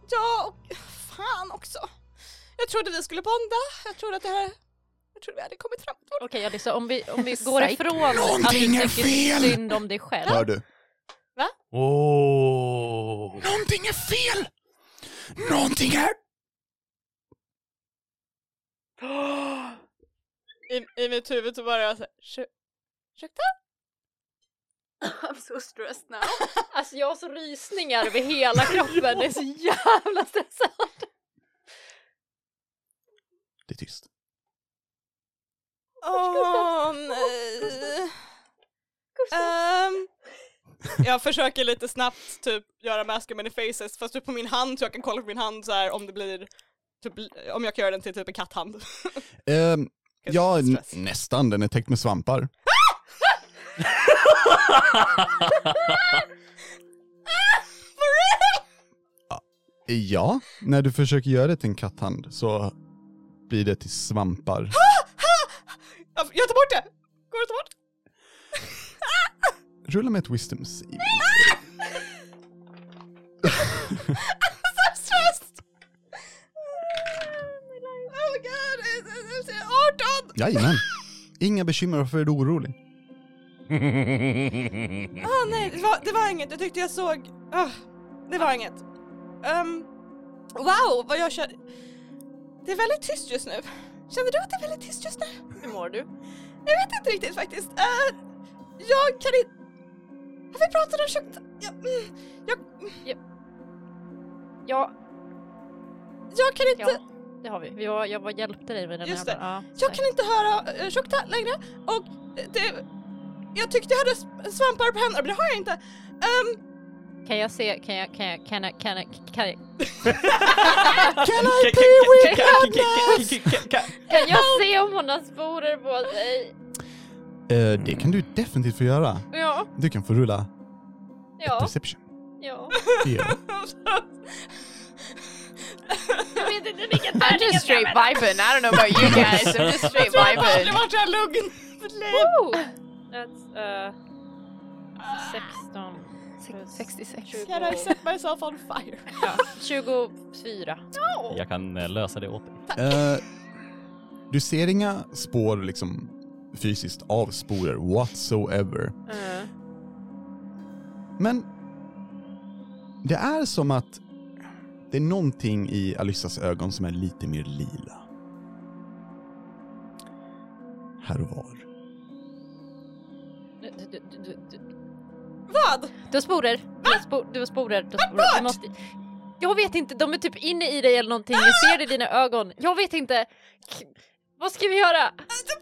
[SPEAKER 6] Ja, och fan också. Jag trodde vi skulle bonda. Jag trodde att det här... Jag trodde vi hade kommit fram.
[SPEAKER 2] Okej Alissa, om vi, om vi går ifrån att du
[SPEAKER 5] Någonting är
[SPEAKER 2] tycker
[SPEAKER 5] fel!
[SPEAKER 2] synd om dig själv.
[SPEAKER 5] Hör du?
[SPEAKER 4] Åh!
[SPEAKER 5] Någonting är fel! Någonting är...
[SPEAKER 6] I, I mitt huvud så bara jag såhär... Ursäkta?
[SPEAKER 3] I'm so stressed now.
[SPEAKER 2] Alltså jag har så rysningar över hela kroppen, det är så jävla stressad.
[SPEAKER 5] Det är tyst.
[SPEAKER 6] Åh nej. Ehm, jag försöker lite snabbt typ göra mask many faces fast typ på min hand så jag kan kolla på min hand så här om det blir typ, om jag kan göra den till typ en katthand.
[SPEAKER 5] Ehm, ja, n-
[SPEAKER 6] stress.
[SPEAKER 5] nästan. Den är täckt med svampar. Ja, när du försöker göra det till en katthand så blir det till svampar.
[SPEAKER 6] Jag, jag tar bort det! Går det att ta bort?
[SPEAKER 5] Rulla med ett wisdom saving.
[SPEAKER 6] Stress! Oh my god, det är 18!
[SPEAKER 5] Jajamän. Inga bekymmer, varför är du orolig?
[SPEAKER 6] Ah nej, det var, det var inget. Jag tyckte jag såg... Ah, det var inget. Ehm, wow, vad jag känner... Det är väldigt tyst just nu. Känner du att det är väldigt tyst just nu?
[SPEAKER 3] Hur mår du?
[SPEAKER 6] Jag vet inte riktigt faktiskt. Eh, jag kan inte... Har vi pratat om tjock... Jag, mm, jag,
[SPEAKER 2] Ja,
[SPEAKER 6] jag kan inte...
[SPEAKER 2] ja, det har vi. Vi var, jag var hjälpte dig med den
[SPEAKER 6] Just
[SPEAKER 2] jävla- Ja,
[SPEAKER 6] Jag
[SPEAKER 2] tack.
[SPEAKER 6] kan inte höra uh, tjockta längre och eh, det... Jag tyckte jag hade s- svampar på händerna men det har jag inte. Ehm,
[SPEAKER 2] Kan jag se, kan jag, kan jag, kan jag, kan jag, kan jag,
[SPEAKER 4] Can I pee with
[SPEAKER 2] kan jag se om hon har sporer på sig?
[SPEAKER 5] Eh, det kan du definitivt få göra.
[SPEAKER 2] Ja,
[SPEAKER 5] Du kan få rulla
[SPEAKER 2] ja,
[SPEAKER 5] perception.
[SPEAKER 2] ja.
[SPEAKER 5] Ja.
[SPEAKER 2] Jag vet inte vilket
[SPEAKER 3] I'm just straight vibing. I don't know about you guys. I'm just straight
[SPEAKER 6] jag har aldrig
[SPEAKER 3] vibing.
[SPEAKER 6] varit så här lugn.
[SPEAKER 2] Woo! That's uh, 16 plus
[SPEAKER 3] 66.
[SPEAKER 6] Can I set myself on fire?
[SPEAKER 2] ja, 24.
[SPEAKER 4] Jag kan eh, lösa det åt dig.
[SPEAKER 5] Eh, du ser inga spår liksom fysiskt av sporer whatsoever.
[SPEAKER 2] Mm.
[SPEAKER 5] Men det är som att det är någonting i Alissas ögon som är lite mer lila. Här och var.
[SPEAKER 2] Du, du, du, du, du.
[SPEAKER 6] Vad?
[SPEAKER 2] du har sporer. Du har, spo- du har sporer. Du har sporer. Du måste... Jag vet inte, de är typ inne i dig eller någonting. Jag ser det i dina ögon. Jag vet inte. K- Vad ska vi göra?
[SPEAKER 6] Alltså,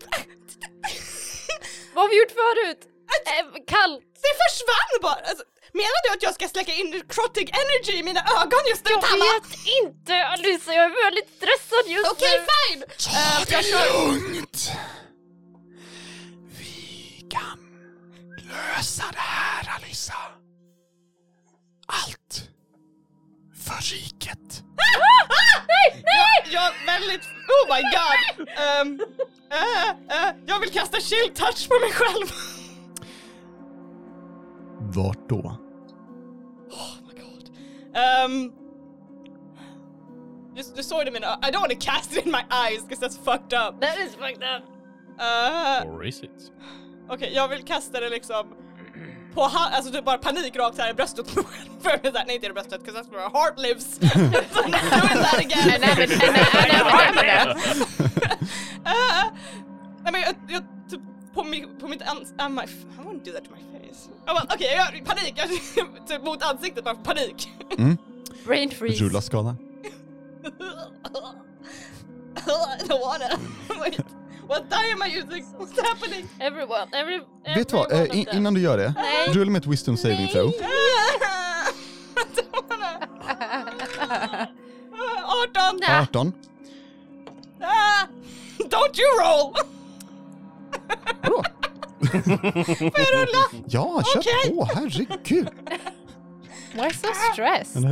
[SPEAKER 2] Vad har vi gjort förut? Eh, kall.
[SPEAKER 6] Det försvann bara! Alltså, menar du att jag ska släcka in necrotic energy i mina ögon just nu
[SPEAKER 2] Jag
[SPEAKER 6] Tamma?
[SPEAKER 2] vet inte Alissa, jag är väldigt stressad just
[SPEAKER 6] Okej
[SPEAKER 2] nu.
[SPEAKER 6] fine! Eh, jag kör,
[SPEAKER 5] Lugnt! lösa det här, Alissa. Allt. För riket.
[SPEAKER 6] Jag väldigt... Oh my god! Ehm, eh, eh, jag vill kasta shield touch på mig själv!
[SPEAKER 5] Vart då?
[SPEAKER 6] Oh my god. Um, you, you saw it in my... I don't want to cast it in my eyes because that's fucked up.
[SPEAKER 2] That is fucked up!
[SPEAKER 6] Uh,
[SPEAKER 4] Or is it?
[SPEAKER 6] Okej, jag vill kasta det liksom på han, alltså typ bara panik rakt här i bröstet på honom. För jag vill såhär, nej inte i det bröstet, 'cause that's where my heart lives. so I'm not doing that again.
[SPEAKER 2] Nej, men- nej, nej, nej, nej, nej, nej.
[SPEAKER 6] Eh, nej men jag, jag typ på, mi, på mitt ansikte, I won't do that to my face. Jag bara, okej, jag panik, jag, typ mot ansiktet bara panik.
[SPEAKER 2] Brain freeze.
[SPEAKER 5] Rulla skada.
[SPEAKER 6] I don't wanna. Wait, what die am I using? What's happening?
[SPEAKER 2] Everyone, every, every
[SPEAKER 5] Vet du vad,
[SPEAKER 2] one
[SPEAKER 5] eh,
[SPEAKER 2] of
[SPEAKER 5] in,
[SPEAKER 2] them.
[SPEAKER 5] innan du gör det,
[SPEAKER 2] Nej.
[SPEAKER 5] rulla med ett wisdom saving throw.
[SPEAKER 6] I don't wanna. Eh, 18!
[SPEAKER 5] 18.
[SPEAKER 6] Ah, don't you roll!
[SPEAKER 5] Bra.
[SPEAKER 6] Får jag rulla?
[SPEAKER 5] Ja, kör
[SPEAKER 6] Okej.
[SPEAKER 5] på, herregud.
[SPEAKER 3] Why so stressed?
[SPEAKER 6] Eh,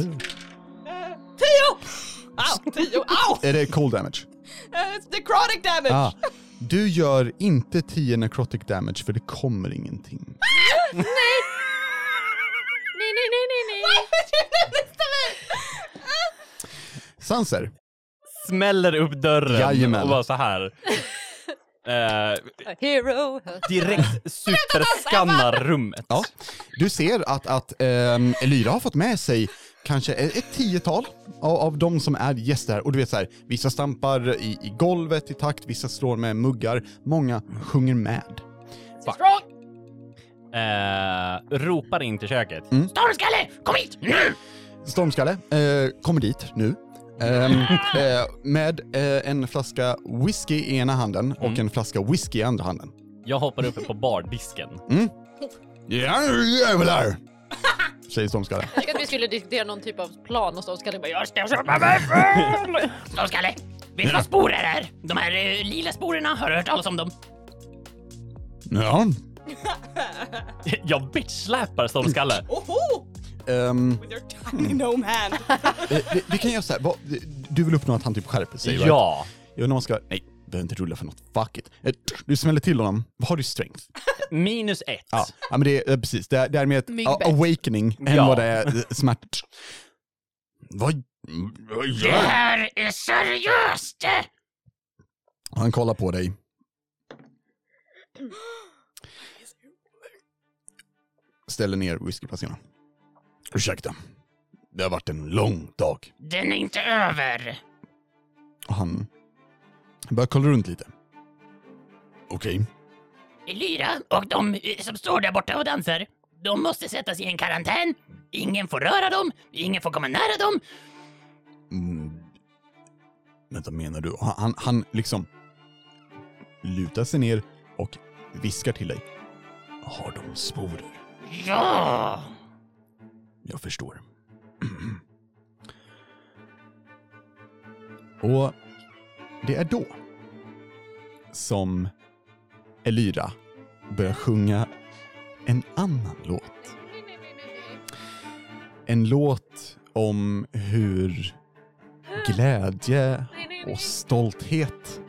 [SPEAKER 6] Tio! Au, tio, au!
[SPEAKER 5] Är det cold damage?
[SPEAKER 6] Eh, it's necrotic damage!
[SPEAKER 5] Ah. Du gör inte 10 necrotic damage för det kommer ingenting.
[SPEAKER 2] Nej, nej, nej, nej, nej.
[SPEAKER 5] Sanser,
[SPEAKER 4] Smäller upp dörren
[SPEAKER 5] Jajamän.
[SPEAKER 4] och bara så här. Eh,
[SPEAKER 2] A hero.
[SPEAKER 4] direkt superskannar rummet.
[SPEAKER 5] Ja. du ser att, att ehm, Elyra har fått med sig kanske ett ett tiotal av, av de som är gäster här. Och du vet så här, vissa stampar i, i golvet i takt, vissa slår med muggar, många sjunger med.
[SPEAKER 4] Eh, ropar in till köket.
[SPEAKER 7] Mm. Stormskalle, kom hit! Nu!
[SPEAKER 5] Stormskalle eh, kommer dit nu. Ehm, eh, med eh, en flaska whisky i ena handen och en flaska whisky i andra handen.
[SPEAKER 4] Jag hoppar upp på bardisken.
[SPEAKER 5] Ja, nu jävlar! Säger Stormskalle.
[SPEAKER 2] Jag tycker att vi skulle diskutera någon typ av plan och så ska det bara jag
[SPEAKER 7] Jag köper mig full! Stormskalle, vet du vad sporer är? De här eh, lila sporerna, har du hört talas om dem?
[SPEAKER 5] Ja.
[SPEAKER 4] Jag bitchsläpar Stormskalle.
[SPEAKER 6] Oho!
[SPEAKER 5] Ehm,
[SPEAKER 6] With your tiny gnome hand.
[SPEAKER 5] eh, vi, vi kan göra så här. vad- du vill uppnå att han typ skärper sig? right?
[SPEAKER 4] Ja.
[SPEAKER 5] Jag undrar om han ska... Nej, behöver inte rulla för något. Fuck it. Eh, Du smäller till honom. Vad har du i strength?
[SPEAKER 4] Minus ett.
[SPEAKER 5] Ja, ja men det är eh, precis. Det är, det är mer ett
[SPEAKER 3] Mig
[SPEAKER 5] a-
[SPEAKER 3] bäst.
[SPEAKER 5] awakening än
[SPEAKER 4] Ja.
[SPEAKER 5] vad det är eh, smärt. Vad... vad
[SPEAKER 7] Det
[SPEAKER 5] gör du?
[SPEAKER 7] här är seriöst!
[SPEAKER 5] Han kollar på dig. Ställer ner whiskyflaskorna. Ursäkta. Det har varit en lång dag.
[SPEAKER 7] Den är inte över.
[SPEAKER 5] Och han börjar kolla runt lite. Okej.
[SPEAKER 7] Lyra och de eh, som står där borta och dansar, de måste sättas i en karantän. Ingen får röra dem, ingen får komma nära dem.
[SPEAKER 5] Mm. Vänta, menar du? Han, han, han liksom lutar sig ner och viskar till dig. Har de sporer?
[SPEAKER 7] Ja!
[SPEAKER 5] Jag förstår. Och det är då som Elyra börjar sjunga en annan låt. En låt om hur glädje och stolthet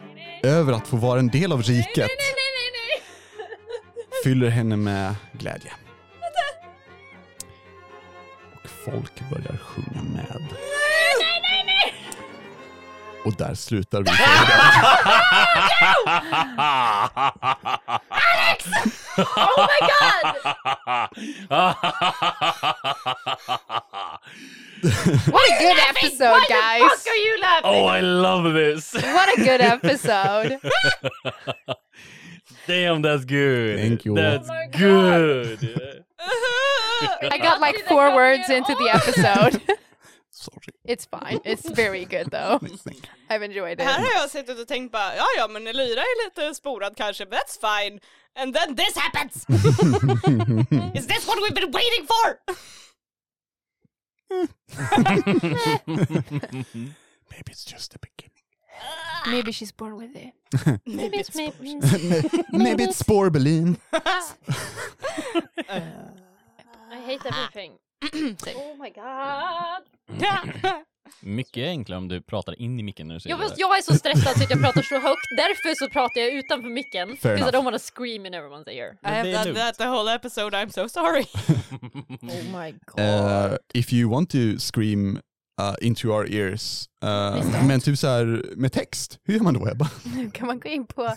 [SPEAKER 5] över att få vara en del av riket fyller henne med glädje. Och folk börjar sjunga med. Och där slutar vi. för idag.
[SPEAKER 4] Oh
[SPEAKER 3] What a good episode, guys!
[SPEAKER 2] you laughing?
[SPEAKER 4] oh, I love this!
[SPEAKER 3] What a good episode!
[SPEAKER 4] Damn, that's good.
[SPEAKER 5] Thank you.
[SPEAKER 4] That's
[SPEAKER 2] Oh my God.
[SPEAKER 4] good.
[SPEAKER 3] I got like four words into the episode.
[SPEAKER 5] Sorry.
[SPEAKER 3] It's fine. It's very good though. I've enjoyed
[SPEAKER 6] Här
[SPEAKER 3] it.
[SPEAKER 6] har jag suttit och tänkt bara, ja ja men Lyra är lite sporad kanske, but that's fine. And then this happens! Is this what we've been waiting for?
[SPEAKER 5] Maybe it's just the beginning.
[SPEAKER 3] Maybe she's born with it.
[SPEAKER 2] Maybe it's maybe.
[SPEAKER 5] Maybe it's sporbeline.
[SPEAKER 2] I hate
[SPEAKER 5] Ah.
[SPEAKER 2] everything. oh my god.
[SPEAKER 4] Mycket enklare om du pratar in i micken när du säger
[SPEAKER 2] Jag, fast jag är så stressad så att jag pratar så högt. Därför så pratar jag utanför micken. Because I
[SPEAKER 5] enough.
[SPEAKER 2] don't wanna scream in everyone's ear.
[SPEAKER 6] I have
[SPEAKER 4] det
[SPEAKER 6] done
[SPEAKER 4] är lugnt.
[SPEAKER 6] that the whole episode, I'm so sorry.
[SPEAKER 3] Oh my god.
[SPEAKER 5] Eh, if you want to scream uh, into our ears. eh,
[SPEAKER 3] Visst är
[SPEAKER 5] men typ så här med text, hur gör man då Ebba?
[SPEAKER 3] Nu kan man gå in på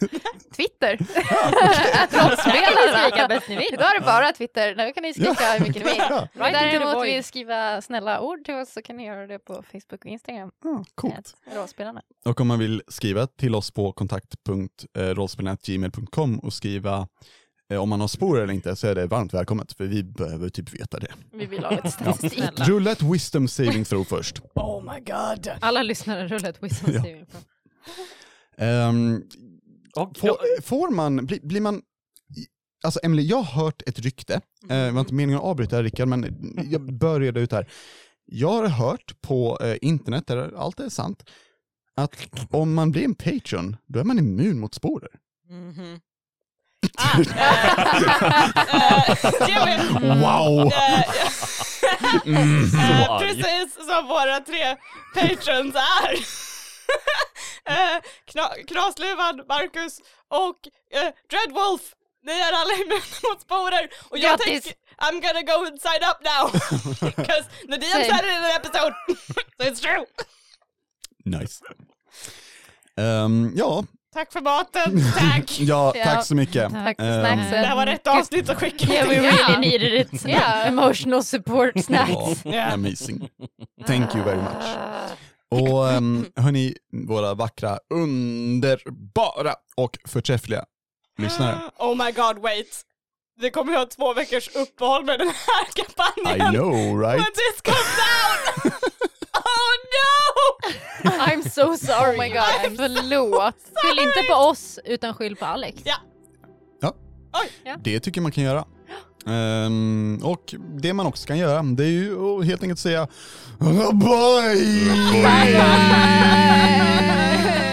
[SPEAKER 3] Twitter. att
[SPEAKER 2] Spelarna
[SPEAKER 3] rollspelarna.
[SPEAKER 2] skrika bäst ni vill.
[SPEAKER 3] Då är det bara Twitter. Nu kan ni skrika hur mycket ni vill.
[SPEAKER 5] ja,
[SPEAKER 3] Om ni
[SPEAKER 2] Right into the
[SPEAKER 3] Däremot
[SPEAKER 2] void.
[SPEAKER 3] vill skriva snälla ord till oss så kan ni göra det på Facebook och Instagram.
[SPEAKER 5] ja, coolt.
[SPEAKER 3] At Rollspelarna.
[SPEAKER 2] Mm.
[SPEAKER 5] Och om man vill skriva till oss på eh, kontakt.rollspelarna.gmail.com och skriva eh, om man har spår eller inte så är det varmt välkommet för vi behöver typ veta det.
[SPEAKER 3] Vi vill ha lite statistik.
[SPEAKER 5] Rulla ett wisdom saving throw först.
[SPEAKER 6] Oh my god.
[SPEAKER 2] Alla lyssnare rullar ett wisdom
[SPEAKER 5] Ja.
[SPEAKER 2] saving throw.
[SPEAKER 5] Ehm,
[SPEAKER 4] Och,
[SPEAKER 5] Får, får man, blir, blir man, alltså Emily, jag har hört ett rykte, Eh, det var inte meningen att avbryta här, Rickard, men jag bör reda ut här. Jag har hört på eh, internet, där allt är sant, att om man blir en patron, då är man immun mot sporer.
[SPEAKER 6] Mhm. Ah, eh, eh, det vet-
[SPEAKER 5] Wow!
[SPEAKER 6] Eh,
[SPEAKER 5] Mm.
[SPEAKER 6] eh,
[SPEAKER 9] Så arg.
[SPEAKER 6] precis som våra tre patrons är. Eh, kna Knasluvan, Marcus och eh, Dreadwolf. Ni är alla immuna mot sporer och jag
[SPEAKER 3] Grattis!
[SPEAKER 6] tänker I'm gonna go and sign up now. Because the DM said it in an episode. so it's true.
[SPEAKER 5] Nice. Ehm, ja,
[SPEAKER 6] Tack för maten, tack.
[SPEAKER 5] ja,
[SPEAKER 3] Ja.
[SPEAKER 5] tack så mycket.
[SPEAKER 3] Tack för
[SPEAKER 5] Ehm,
[SPEAKER 6] Det
[SPEAKER 3] snacksen.
[SPEAKER 6] här var rätt avsnitt att skicka.
[SPEAKER 2] Yeah, we
[SPEAKER 6] till.
[SPEAKER 2] really needed it.
[SPEAKER 3] Yeah.
[SPEAKER 2] Emotional support
[SPEAKER 5] ja,
[SPEAKER 2] snacks.
[SPEAKER 5] amazing. Thank you very much.
[SPEAKER 2] Ah.
[SPEAKER 5] Och um, hörni, våra vackra, underbara och förträffliga lyssnare.
[SPEAKER 6] Oh my god, wait. Vi kommer ju ha två veckors uppehåll med den här
[SPEAKER 5] I
[SPEAKER 6] kampanjen.
[SPEAKER 5] know right?
[SPEAKER 6] When this comes out! oh no!
[SPEAKER 2] I'm so sorry.
[SPEAKER 3] Oh my god, förlåt.
[SPEAKER 2] Skyll inte på oss, utan skyll på Alex.
[SPEAKER 6] Ja.
[SPEAKER 5] Det tycker man kan göra. Ehm, och det man också kan göra, det är ju att helt enkelt säga Rabai!